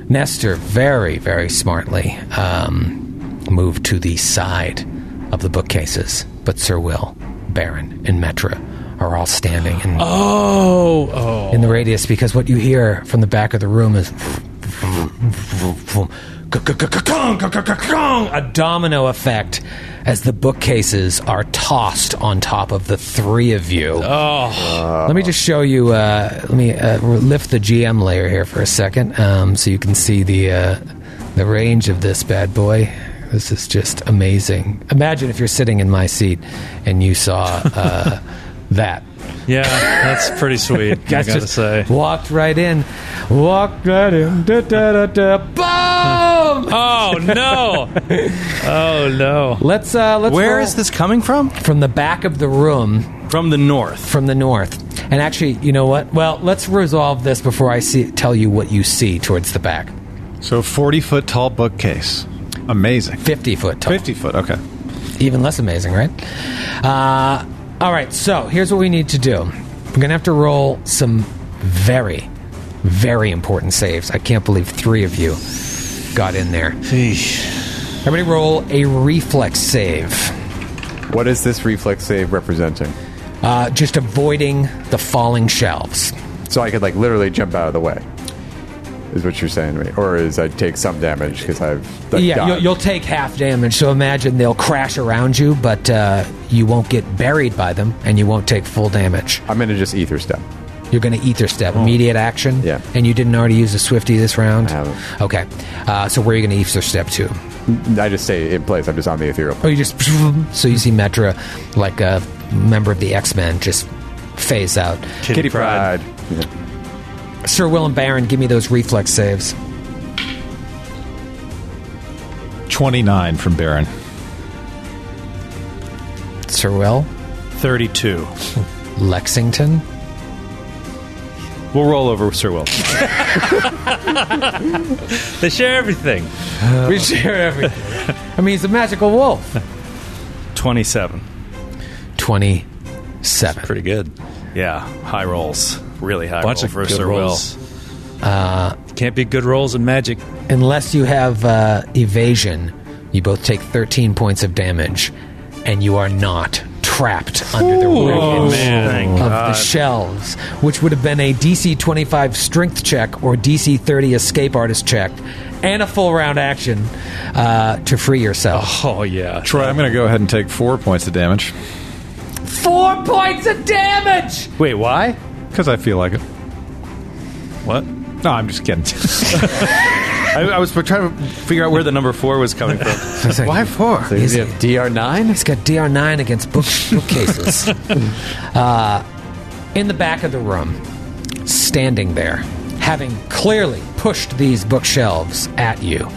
Nestor very, very smartly um, moved to the side of the bookcases, but Sir Will, Baron, and Metra are all standing in,
Oh, oh.
in the radius because what you hear from the back of the room is a domino effect as the bookcases are tossed on top of the three of you. Let me just show you. Uh, let me uh, lift the GM layer here for a second, um, so you can see the uh, the range of this bad boy. This is just amazing. Imagine if you're sitting in my seat and you saw uh, that.
Yeah, that's pretty sweet. I
That's
gotta
just-
say.
Walked right in, walked right in. Da, da, da, da. Boom!
Oh no! oh no!
let's uh, let's.
Where
roll
Oh.
is this coming from?
from the back of the room?
From the north.
from the north. And actually, you know what? Well, let's resolve this before I see, tell you what you see towards the back.
So 40 foot tall bookcase. Amazing.
50 foot tall.
50 foot, okay.
Even less amazing, right? Uh, all right, so here's what we need to do we're going to have to roll some very, very important saves. I can't believe three of you got in there. Everybody roll a reflex save.
What is this reflex save representing?
Uh, just avoiding the falling shelves.
So I could like literally jump out of the way. Is what you're saying to me, or is I take some damage because I've like,
yeah, you'll,
dodged.
you'll take half damage. So imagine they'll crash around you, but uh, you won't get buried by them, and you won't take full damage.
I'm gonna just ether step.
You're going to ether step, immediate action.
Oh. Yeah.
And you didn't already use a swifty this round.
I haven't.
Okay. Uh, so where are you going to ether step to?
I just stay in place. I'm just on the ethereal. plane.
Oh, you just so you see Metra, like a member of the X Men, just phase out.
Kitty pride.
Sir Will and Baron, give me those reflex saves.
29 from Baron.
Sir Will,
32.
Lexington,
We'll roll over, Sir Will.
They share everything.
Uh,
we share everything. I mean, he's a magical wolf.
27.
Twenty-seven.
Pretty good.
Yeah, high rolls. Really high
Bunch
roll
of
for
good
Sir
rolls. Uh, Can't be good rolls in magic.
unless you have uh, evasion, you both take 13 points of damage, and you are not trapped under the
Oh,
radius of the shelves, which would have been a DC 25 strength check or DC 30 escape artist check, and a full round action uh, to free yourself.
Oh yeah.
Troy, I'm going to go ahead and take four points of damage
Four points of damage!
Will. Wait, why?
because I feel like it.
What?
No, I'm just kidding.
I, I was trying to figure out where the number four was coming from.
Why
four?
Oh,
He's-
Dr nine.
He's got DR9 against book, bookcases. uh, in the back of the room, standing there, having clearly pushed these bookshelves at you,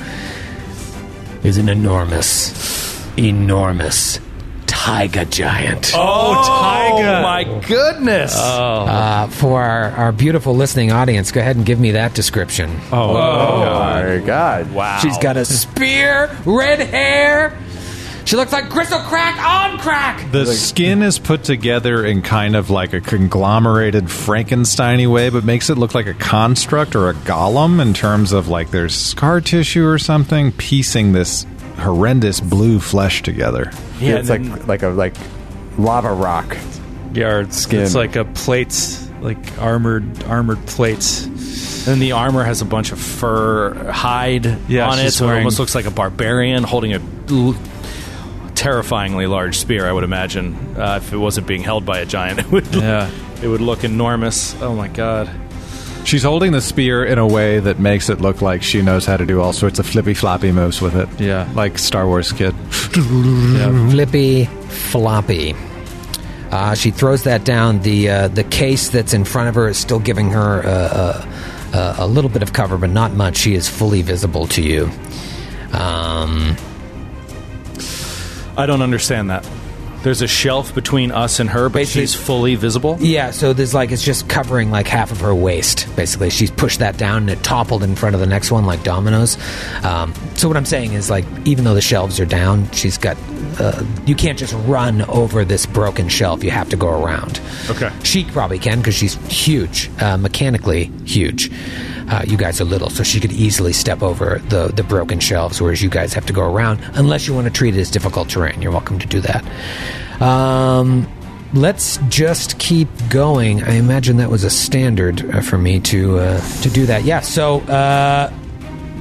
is an enormous, enormous tiger giant.
Oh, my goodness.
Uh, for our, our beautiful listening audience, go ahead and give me that description.
Oh my god! Wow.
She's got a spear, red hair. She looks like Crystal Crack on crack.
The skin is put together in kind of like a conglomerated Frankenstein way, but makes it look like a construct or a golem in terms of like there's scar tissue or something piecing this horrendous blue flesh together.
Yeah,
it's
and
like like a like lava rock.
Yeah, or it's,
Skin.
it's like a plate, like armored armored plates.
And the armor has a bunch of fur hide
Yeah,
on it,
she's
so it
wearing-
almost looks like a barbarian holding a l- terrifyingly large spear. I would imagine uh, if it wasn't being held by a giant, it would yeah. it would look enormous. Oh my god!
She's holding the spear in a way that makes it look like she knows how to do all sorts of flippy floppy moves with it.
Yeah.
Like Star Wars kid.
Flippy floppy. Uh, she throws that down. The uh, the case that's in front of her is still giving her uh, uh, a little bit of cover, but not much. She is fully visible to you. Um,
I don't understand that. There's a shelf between us and her, but
Basically-
she's fully visible.
yeah, so there's like it's just covering like half of her waist. Basically, she's pushed that down and it toppled in front of the next one like dominoes. Um, so what I'm saying is like even though the shelves are down, she's got. Uh, you can't just run over this broken shelf. You have to go around.
Okay.
She probably can because she's huge, uh, mechanically huge. Uh, you guys are little, so she could easily step over the, the broken shelves, whereas you guys have to go around, unless you want to treat it as difficult terrain. You're welcome to do that. Um, let's just keep going. I imagine that was a standard uh, for me to uh, to do that. Yeah. So. Uh,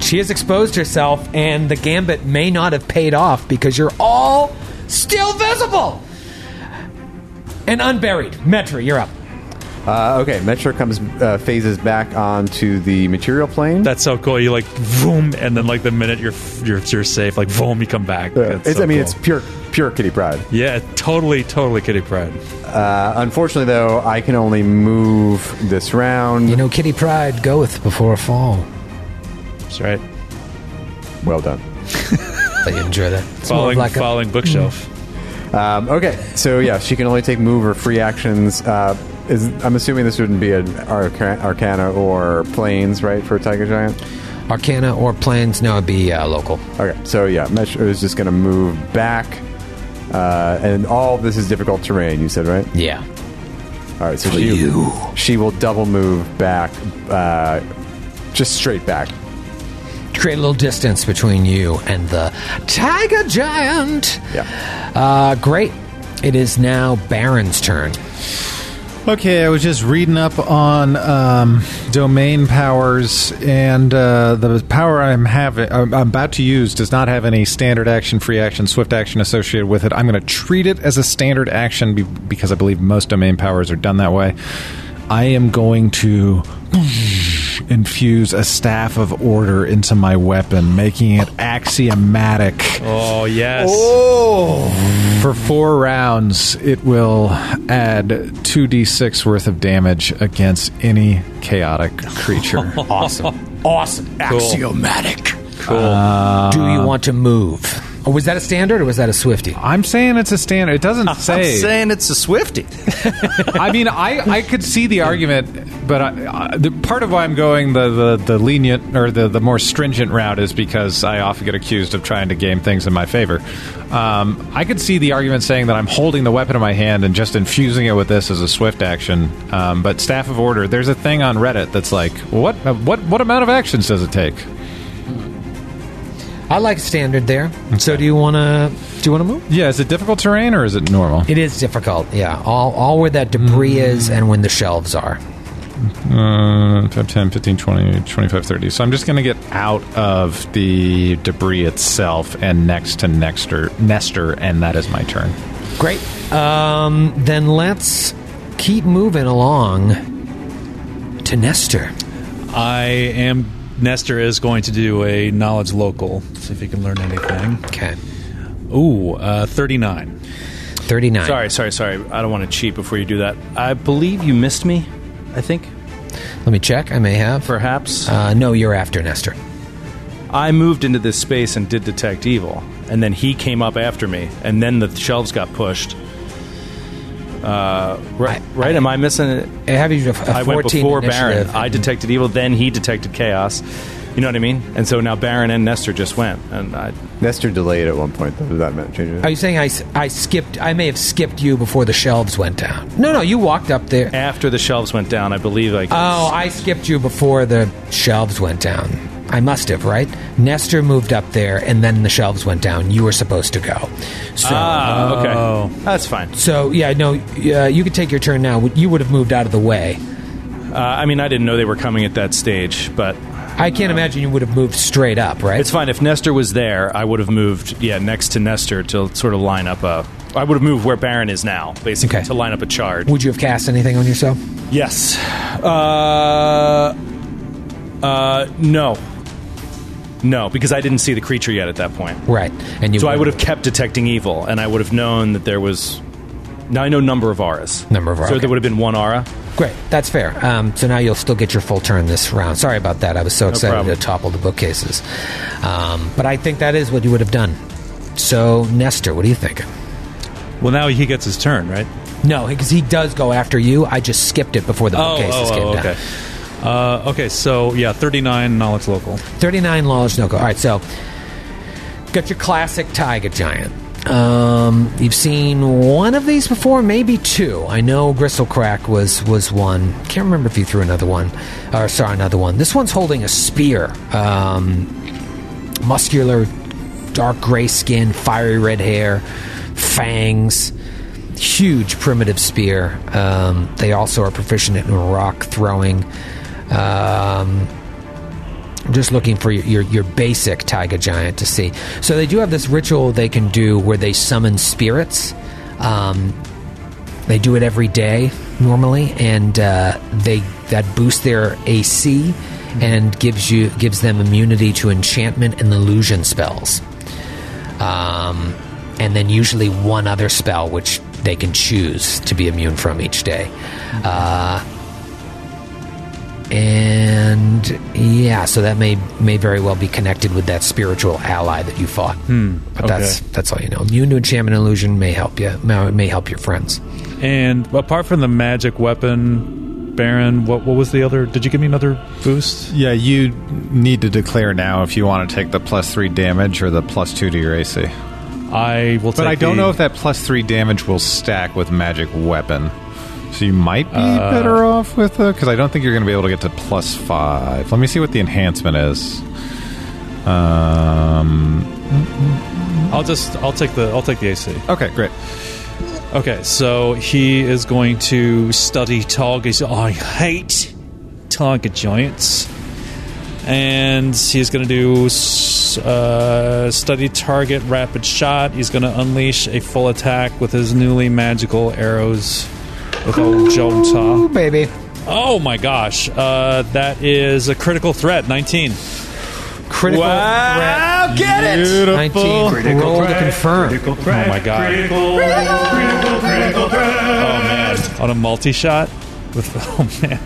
she has exposed herself, and the gambit may not have paid off because you're all still visible and unburied. Metri, you're up.
Uh, okay, Metro comes uh, phases back onto the material plane.
That's so cool. You like boom, and then like the minute you're you're, you're safe, like boom, you come back.
Uh,
That's
it's,
so
I mean,
cool.
it's pure pure kitty pride.
yeah, totally, totally Kitty Pride.
Uh, unfortunately, though, I can only move this round.
You know, Kitty Pride goeth before a fall.
That's right.
well done.
But you enjoy that. It's more of
Following
like a-
following bookshelf.
Um, okay, so yeah, she can only take move or free actions. Uh, is, I'm assuming this wouldn't be an arca- Arcana or Planes, right, for a Tiger Giant?
Arcana or planes? No, it'd be uh, local.
Okay, so yeah, Mesh is just going to move back. Uh, and all of this is difficult terrain, you said, right?
Yeah.
All right, so she, she will double move back, uh, just straight back.
Create a little distance between you and the tiger giant.
Yeah.
Uh, great. It is now Baron's turn.
Okay, I was just reading up on um, domain powers, and uh, the power I'm having, I'm I'm about to use, does not have any standard action, free action, swift action associated with it. I'm going to treat it as a standard action be- because I believe most domain powers are done that way. I am going to infuse a staff of order into my weapon, making it axiomatic.
Oh yes.
For four rounds, it will add 2d6 worth of damage against any chaotic creature.
Awesome. awesome.
Axiomatic.
Do you want to move? Or was that a standard or was that a swifty?
I'm saying it's a standard. It doesn't say.
it's a Swifty.
I mean, I, I could see the argument, but I, I, the part of why I'm going the, the, the lenient or the, the more stringent route is because I often get accused of trying to game things in my favor. Um, I could see the argument saying that I'm holding the weapon in my hand and just infusing it with this as a swift action. Um, but staff of order, there's a thing on Reddit that's like, what what what amount of actions does it take?
I like standard there. So do you want to do you want to move?
Yeah, is it difficult terrain or is it normal?
It is difficult. Yeah. All all where that debris is and when the shelves are.
Uh, 5, 10, 15, 20, 25, 30. So I'm just going to get out of the debris itself and next to Nexter, Nestor, and that is my turn.
Great. Um, then let's keep moving along to Nestor.
I am. Nestor is going to do a knowledge local. See if he can learn anything.
Okay.
Ooh, uh, thirty-nine.
39.
Sorry, sorry, sorry. I don't want to cheat before you do that. I believe you missed me. I think
Let me check. I may have.
perhaps
Uh, no, you're after Nestor.
I moved into this space and did detect evil, and then he came up after me, and then the shelves got pushed. Uh, right? right? Am I missing it?
I have you a, a
I
14
went before Baron.
initiative.
I detected evil, then he detected chaos. You know what I mean? And so now Baron and Nestor just went, and I
Nestor delayed at one point, though. Does that meant changes?
Are you saying I, s- I skipped? I may have skipped you before the shelves went down. No, no, you walked up there.
after the shelves went down, I believe I.
Oh, I skipped you before the shelves went down. I must have, right? Nestor moved up there, and then the shelves went down. You were supposed to go. So,
ah, okay,
Oh.
that's fine.
so yeah, no, uh, you could take your turn now. You would have moved out of the way.
Uh, I mean, I didn't know they were coming at that stage, but
I can't imagine you would have moved straight up, right?
It's fine. If Nestor was there, I would have moved, yeah, next to Nestor to sort of line up a. I would have moved where Baron is now, basically,
Okay.
to line up a charge.
would you have cast anything on yourself?
Yes. Uh, uh, no. No, because I didn't see the creature yet at that point.
Right. And you
So I would have kept detecting evil, and I would have known that there was. Now I know number of auras.
Number of aura,
So
okay.
there would have been one aura.
Great, that's fair. Um, so now you'll still get your full turn this round. Sorry about that. I was so excited
problem.
to topple the bookcases, um, but I think that is what you would have done. So Nestor, what do you think?
Well, now he gets his turn, right?
No, because he does go after you. I just skipped it before the
Oh,
bookcases came down.
okay. Uh, okay, so yeah, 39 knowledge local.
39 knowledge no go. All right, so got your classic Taiga giant. Um, you've seen one of these before, maybe two. I know Gristlecrack was was one. Can't remember if you threw another one, or sorry, another one. This one's holding a spear. Um, muscular, dark gray skin, fiery red hair, fangs, huge primitive spear. Um, they also are proficient in rock throwing. Um, I'm just looking for your, your, your basic taiga giant to see. So they do have this ritual they can do where they summon spirits. Um, they do it every day normally, and uh, they that boosts their AC and gives you gives them immunity to enchantment and illusion spells. Um, and then usually one other spell which they can choose to be immune from each day. Uh, and yeah, so that may may very well be connected with that spiritual ally that you fought.
Hmm,
But that's that's all you know. Immune to enchantment and illusion may help you. May may help your friends.
And apart from the magic weapon, Baron, what, what was the other? Did you give me another boost?
Yeah, you need to declare now if you want to take the plus three damage or the plus two to your AC.
I will
But
take
I don't
the-
know if that plus three damage will stack with magic weapon. So you might be better off with it because I don't think you're going to be able to get to plus five. Let me see what the enhancement is. Um.
I'll just I'll take the I'll take the AC.
Okay, great.
Okay, so he is going to study targets. I hate target giants. And he's going to do s- uh, study target rapid shot. He's going to unleash a full attack with his newly magical arrows with old Jolta.
Baby.
Oh my gosh, uh, that is a critical threat. Nineteen.
Critical
Wow, get it!
19. Roll to confirm.
Oh my god. Oh man. On a multi shot? With oh man.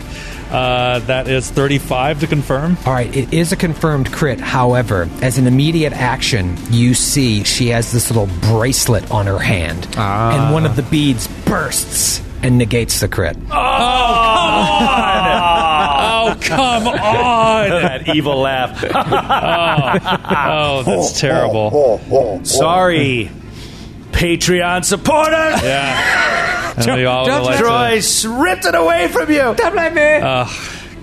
Uh, that is thirty five to confirm.
All right, it is a confirmed crit. However, as an immediate action, you see she has this little bracelet on her hand,
Ah.
and one of the beads bursts and negates the crit.
Oh come on!
That evil laugh.
Oh, that's terrible.
Sorry, Patreon supporters.
And they all realize that-
Joyce ripped it away from you.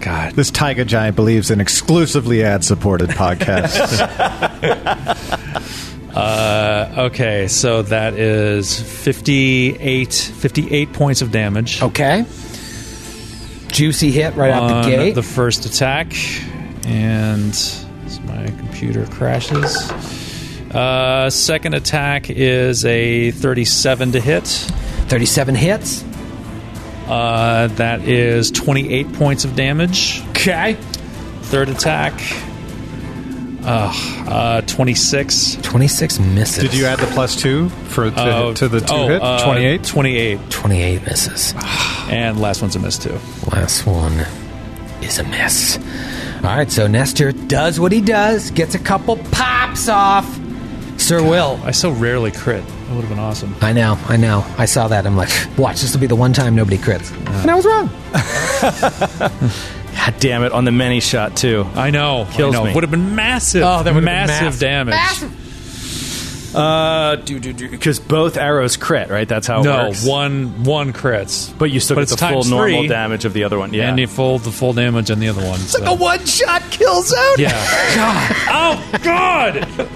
God.
This Taiga Giant believes in exclusively ad supported podcasts.
Okay, so that is 58, 58 points of damage.
Okay. Juicy hit right out
on
the gate.
Oh, the first attack, and as my computer crashes. Uh, second attack is a 37 to hit.
37 hits.
Uh, that is 28 points of damage.
Okay.
Third attack, uh, uh, 26.
26 misses.
Did you add the plus two for to,
Oh,
to the two
oh,
hit?
uh,
28?
28.
28 misses.
And last one's a miss, too.
Last one is a miss. All right, so Nestor does what he does, gets a couple pops off. Sir Will.
I so rarely crit. That would have been awesome.
I know, I know. I saw that. I'm like, watch, this will be the one time nobody crits. And I was wrong.
God damn it! On the many shot too.
I know.
Kills
I know.
me.
Would have been massive.
Oh, that would have been massive.
massive damage.
Uh, do do do. Because both arrows crit, right? That's how it
no,
works.
one one crits.
But you still
But
get the
it's
full
times
normal
three.
damage of the other one. Yeah.
and you full the full damage on the other one. It's like a one shot kill zone. Yeah. God. oh God.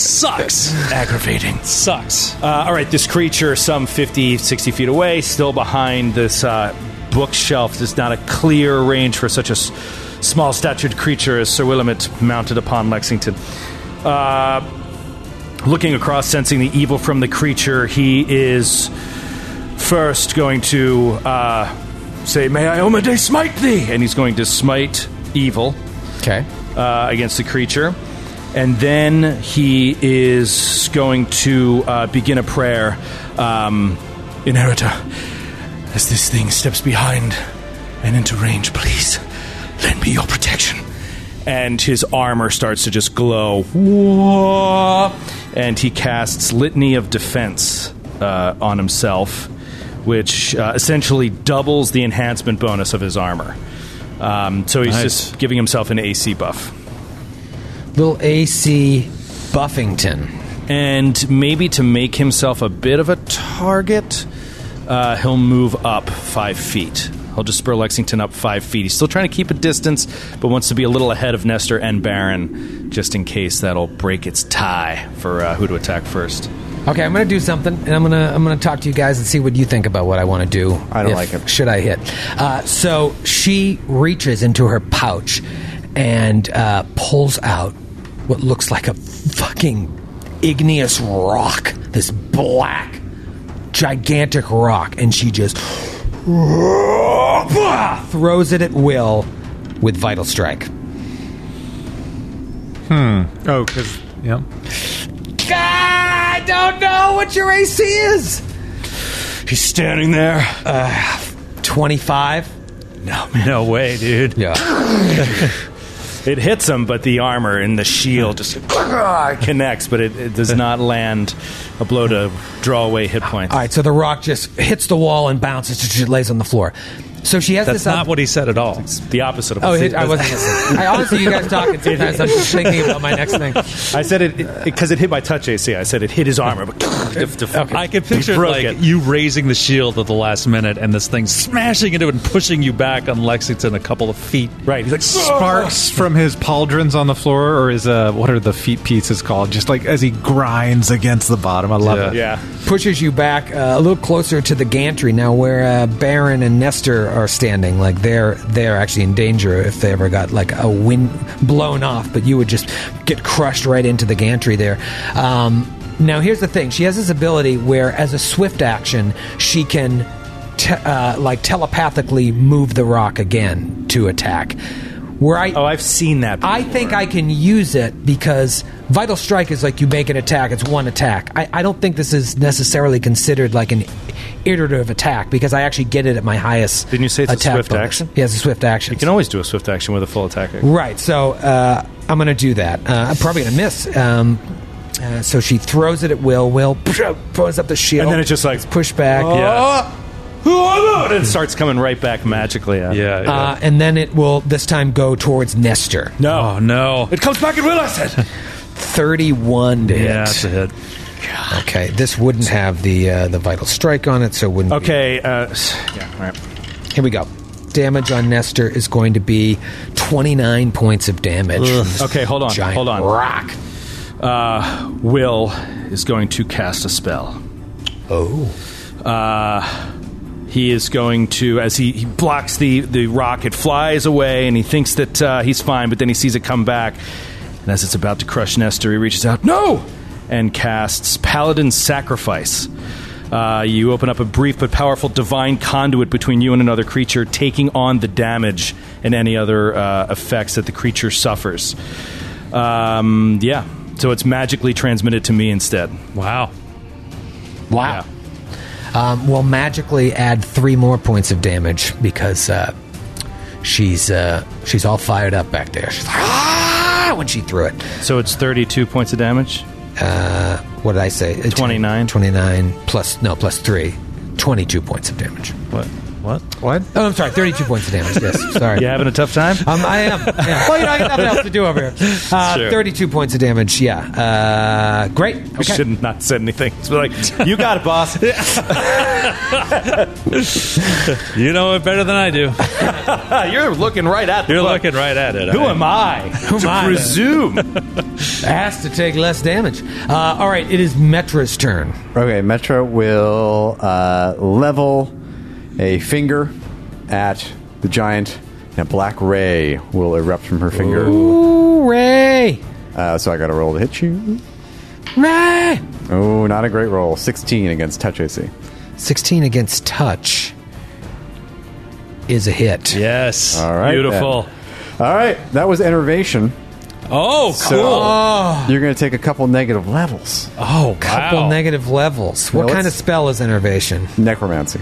Sucks. Aggravating. Sucks.
Uh, all right, this creature, some 50, 60 feet away, still behind this uh, bookshelf. It's not a clear range for such a s- small statured creature as Sir Willamette mounted upon Lexington. Uh, looking across, sensing the evil from the creature, he is first going to uh, say, May Iomade smite thee! And he's going to smite evil
Okay.
uh, against the creature. And then he is going to uh, begin a prayer. Um, Inheritor, as this thing steps behind and into range, please lend me your protection. And his armor starts to just glow. Whoa! And he casts Litany of Defense uh, on himself, which uh, essentially doubles the enhancement bonus of his armor. Um, so he's
Nice.
just giving himself an AC buff.
Little AC Buffington.
and maybe to make himself a bit of a target, uh, he'll move up five feet. He'll just spur Lexington up five feet. He's still trying to keep a distance, but wants to be a little ahead of Nestor and Baron, just in case that'll break its tie for uh, who to attack first.
Okay, I'm gonna do something, and I'm gonna I'm gonna talk to you guys and see what you think about what I want to do.
I don't like it.
Should I hit? Uh, so she reaches into her pouch and uh, pulls out what looks like a fucking igneous rock. This black, gigantic rock, and she just throws it at will with vital strike.
Oh, because yeah,
I don't know what your AC is.
He's standing there.
Twenty five.
No way, dude.
Yeah.
It hits him, but the armor and the shield just connects, but it, it does not land a blow to draw away hit points.
All right, so the rock just hits the wall and bounces. She lays on the floor. So she has
That's
this. up-
not what he said at all.
The opposite of
Oh,
what
it, I wasn't listening. I honestly, you guys talking sometimes. I'm just thinking about my next thing.
I said it because it, hit my touch AC. I said it hit his armor. But
I can picture
broke
like
it.
you raising the shield at the last minute and this thing smashing into it and pushing you back on Lexington a couple of feet.
right. He's like,
sparks from his pauldrons on the floor, or his uh, what are the feet pieces called? Just like as he grinds against the bottom. I love it.
yeah.
Pushes you back uh, a little closer to the gantry now, where uh, Baron and Nestor are standing. Like they're they're actually in danger if they ever got like a wind blown off. But you would just get crushed right into the gantry there. Um, now here's the thing: she has this ability where, as a swift action, she can te- uh, like telepathically move the rock again to attack. Where I
Oh, I've seen that. Before.
I think I can use it because Vital Strike is like you make an attack, it's one attack. I, I don't think this is necessarily considered like an iterative attack because I actually get it at my highest.
Didn't you say it's a
attack
swift
bonus.
action?
Yeah, it's a swift action.
You can always do a swift action with a full attack.
right, so uh, I'm going to do that. Uh, I'm probably going to miss. Um, uh, so she throws it at Will. Will throws up the shield.
And then it's just like- oh.
push back.
Yeah. And it starts coming right back magically. Yeah.
Yeah.
Uh, and then it will this time go towards Nestor.
no. Oh, no.
It comes back and will. I said.
31 to hit.
Yeah, that's a hit.
Okay, this wouldn't have the uh, the vital strike on it, so it wouldn't. be-
Okay. Uh, s- yeah. All right.
here we go. Damage on Nestor is going to be twenty nine points of damage.
Okay. Hold on.
Giant
hold on.
Rock.
Uh, will is going to cast a spell.
Oh,
He is going to, as he, he blocks the, the rock, it flies away, and he thinks that uh, he's fine, but then he sees it come back. And as it's about to crush Nestor, he reaches out, no! And casts Paladin Sacrifice. Uh, you open up a brief but powerful divine conduit between you and another creature, taking on the damage and any other uh, effects that the creature suffers. Um, yeah, so it's magically transmitted to me instead.
Wow.
wow. Um, will magically add three more points of damage because uh, she's uh, she's all fired up back there. She's like ah when she threw it.
So it's 32 points of damage.
What did I say?
29.
29 plus no plus three. 22 points of damage.
What? What?
What?
Oh, I'm sorry. 32 points of damage. Yes, sorry.
You having a tough time?
Um, I am. Yeah. Well, you know, I got nothing else to do over here. Uh, 32 points of damage. Yeah. Uh, great.
We
Okay.
shouldn't not said anything. It's like you got it, boss.
You know it better than I do.
You're looking right at. The
You're
book.
looking right at it.
Who
I-
am I? Who
am I?
Presume.
Asked to take less damage. Uh, all right. It is Metra's turn.
Okay, Metro will uh, level a finger at the giant And a black ray will erupt from her finger.
Ooh, Ray!
Uh, so I got to roll to hit you.
Ray!
Oh, not a great roll. 16 against touch AC.
16 against touch is a hit.
Yes.
All right,
Beautiful.
All right, that was enervation.
Oh, cool.
So you're going to take a couple negative levels.
oh,
Couple
wow.
negative levels. What
Now
kind of
let's-
spell is enervation?
Necromancy.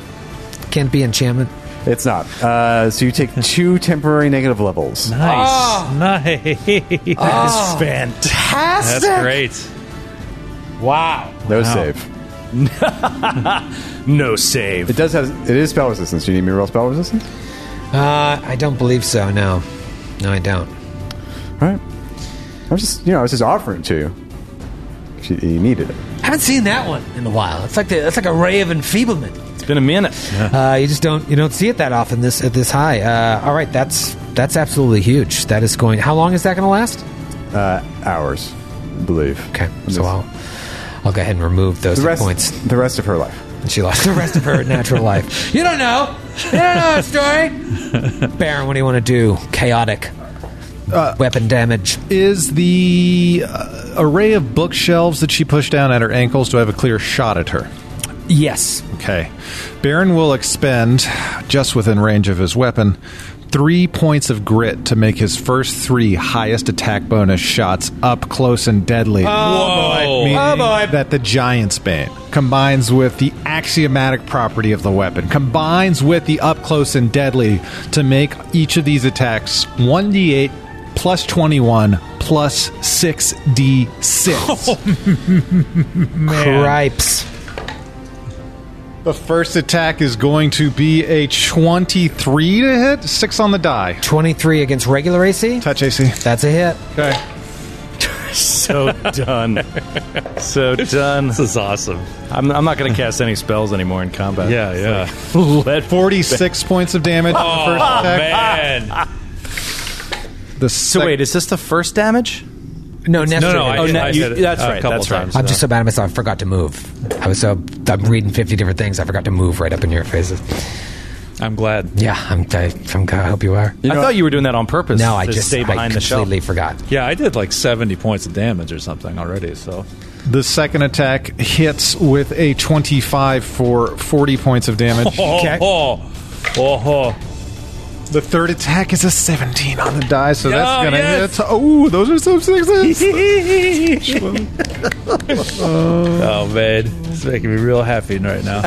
Can't be enchantment.
It's not. Uh, so you take two temporary negative levels.
nice. Nice.
Oh.
Fantastic!
That's great.
No save.
No save.
It does have. It is spell resistance. Do you need me to roll spell resistance?
Uh, I don't believe so, no. No, I don't.
All right. I was just, you know, I was just offering it to you. If you, you needed it.
I haven't seen that one in a while. It's like the, it's like a ray of enfeeblement.
It's been a minute.
Uh, you just don't you don't see it that often this at this high. Uh, all right, that's that's absolutely huge. That is going. How long is that going to last?
Uh, hours, I believe.
Okay,
Yes.
so I'll I'll go ahead and remove those
The
hit
rest,
points.
the rest of her life.
And she lost the rest of her natural life. You don't know. You don't know a story. Baron, what do you want to do? Chaotic. Weapon damage.
Is the uh, array of bookshelves that she pushed down at her ankles, do I have a clear shot at her?
Yes.
Okay. Baron will expend, just within range of his weapon, three points of grit to make his first three highest attack bonus shots up close and deadly.
Whoa.
Meaning That the Giant's Bane combines with the axiomatic property of the weapon, combines with the up close and deadly to make each of these attacks 1d8 plus 21 plus 6d6.
Cripes.
The first attack is going to be a 23 to hit, 6 on the die.
Twenty-three against regular AC.
Touch AC.
That's a hit.
Okay.
So done. so done.
This is awesome.
I'm, I'm not going to cast any spells anymore in combat.
Yeah, yeah.
Let
46 points of damage
Oh,
on the first attack.
Oh, Man.
The
So
sec-
wait, is this the first damage? Oh,
No, next
No, no,
hit.
I did,
no,
I
you-
did it
that's
a
right,
couple
that's right.
times.
I'm just so bad at myself. I forgot to move. I was so I'm reading 50 different things. I forgot to move right up in your faces.
I'm glad.
Yeah, I'm. I, I'm I hope you are.
I thought you were doing that on purpose.
No, I
to
just
stay behind
I
the shell.
completely forgot.
Yeah, I did like 70 points of damage or something already, so.
the second attack hits with a 25 for 40 points of damage.
Oh, oh, oh, oh.
The third attack is a 17 on the die, so that's
Oh,
going to
yes.
hit. Oh, those are some sixes.
Oh, man. It's making me real happy right now.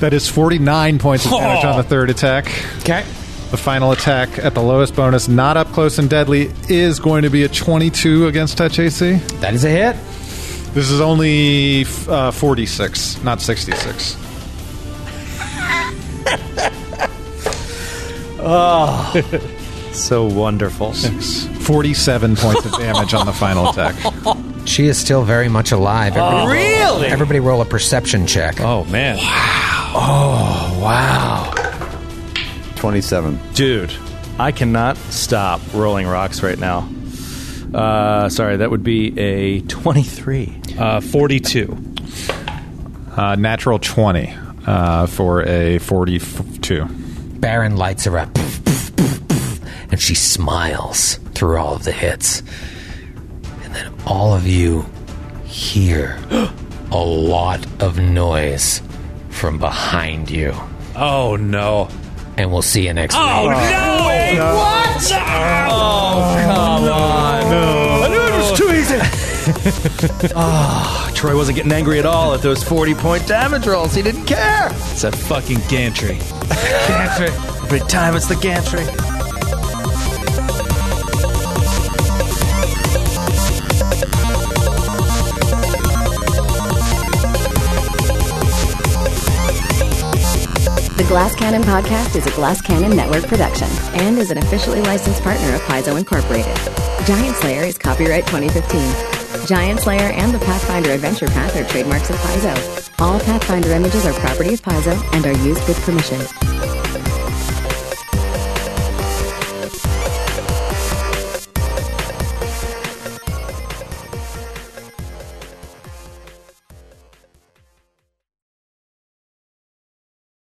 that is 49 points of damage
Oh.
on the third attack.
Okay.
The final attack at the lowest bonus, not up close and deadly, is going to be a 22 against touch AC.
That is a hit.
This is only uh, 46, not 66.
So wonderful.
47 points of damage on the final attack.
She is still very much alive.
Oh.
Everybody really? Everybody roll a perception check.
Oh, man.
wow.
Twenty-seven.
Dude, I cannot stop rolling rocks right now. Uh, sorry, that would be a 23.
Uh, 42.
Uh, natural 20 uh, for a 42.
Baron lights her up. And she smiles through all of the hits. And then all of you hear a lot of noise from behind you.
Oh, no.
And we'll see you next week.
Oh, no! What?
Troy wasn't getting angry at all at those 40 point damage rolls. He didn't care.
It's a fucking gantry.
Every time it's the gantry.
The Glass Cannon Podcast is a Glass Cannon Network production and is an officially licensed partner of Paizo Incorporated. Giant Slayer is copyright 2015. Giant Slayer and the Pathfinder Adventure Path are trademarks of Paizo. All Pathfinder images are property of Paizo and are used with permission.